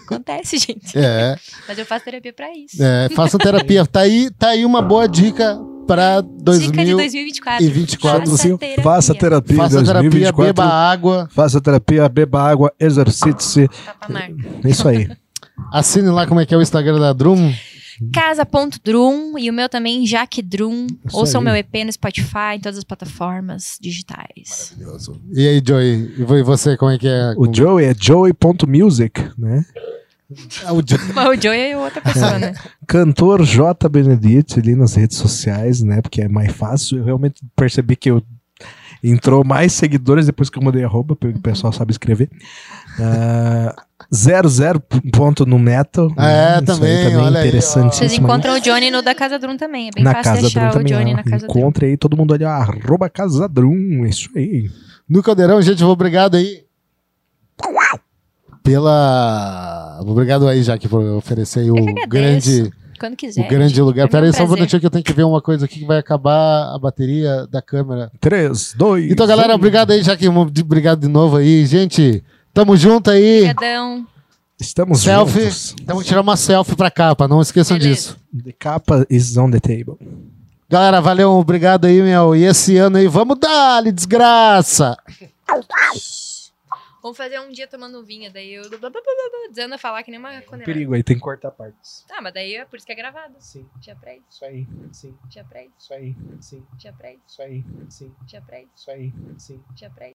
B: Acontece, gente.
C: É,
B: Mas eu faço terapia pra isso.
C: é. Façam terapia. Tá aí, tá aí uma boa dica pra
B: Dica de
C: 2000.
B: 2024.
C: 24.
B: Faça
D: Assim,
B: terapia.
D: Faça terapia em
C: Faça terapia,
D: 2024.
C: beba água,
D: Faça terapia, beba água, exercite-se.
B: Tapa a tá marca.
D: É Isso aí.
C: assine lá como é que é o Instagram da Drum.
B: Casa.drum e o meu também, Jaque Drum.
D: Isso
B: Ouçam
D: aí.
B: meu EP no Spotify, em todas as plataformas digitais.
C: E aí, Joey? E vo- e você, como é que é?
D: O Joey é joey.music, né?
C: Ah, o Joey.
B: Mas o Joey é outra pessoa, né?
D: Cantor J. Benedito ali nas redes sociais, né? Porque é mais fácil. Eu realmente percebi que eu entrou mais seguidores depois que eu mudei a roupa, porque o pessoal sabe escrever. Ah, Zero, zero ponto no metal. né?
C: É,
D: Isso
C: também,
D: aí também
C: olha aí, ó.
D: interessantíssimo. né?
B: Vocês encontram o Johnny no da Casa Drum também. É bem
D: na
B: fácil
D: Casa
B: achar
D: Drum
B: o
D: também. né?
B: Johnny
D: ó.
B: na Casa Drum.
D: Encontre aí todo mundo ali, ó, arroba Casa Drum. é Isso aí.
C: No Caldeirão, gente, obrigado aí. Pela. Obrigado aí, Jaque, por oferecer aí o
B: Eu que agradeço.
C: grande,
B: Quando
C: o
B: quiser.
C: grande lugar.
B: é
C: Pera
B: meu
C: aí, só um
B: prazer.
C: minutinho que eu tenho que ver uma coisa aqui que vai acabar a bateria da câmera.
D: 3, 2.
C: Então, galera, obrigado aí, Jaque. Obrigado de novo aí, gente. Tamo junto aí.
B: Obrigadão.
D: Estamos
C: Selfie.
D: juntos.
C: Vamos tirar uma selfie pra capa, não esqueçam
B: Beleza.
C: disso.
D: The capa is on the table.
C: Galera, valeu, obrigado aí, meu. E esse ano aí, vamos dar-lhe, desgraça!
B: Vamos fazer um dia tomando vinho, daí eu dizendo a falar que nem uma condenada.
D: É, um Perigo aí, tem que cortar partes.
B: Tá, mas daí é por isso que é gravado.
D: Sim,
B: Já pra isso,
D: isso aí. Sim,
B: já pra isso,
D: isso aí. Sim,
B: já pra isso,
D: isso aí. Sim,
B: já pra isso,
D: isso aí. Sim.
B: já pra isso.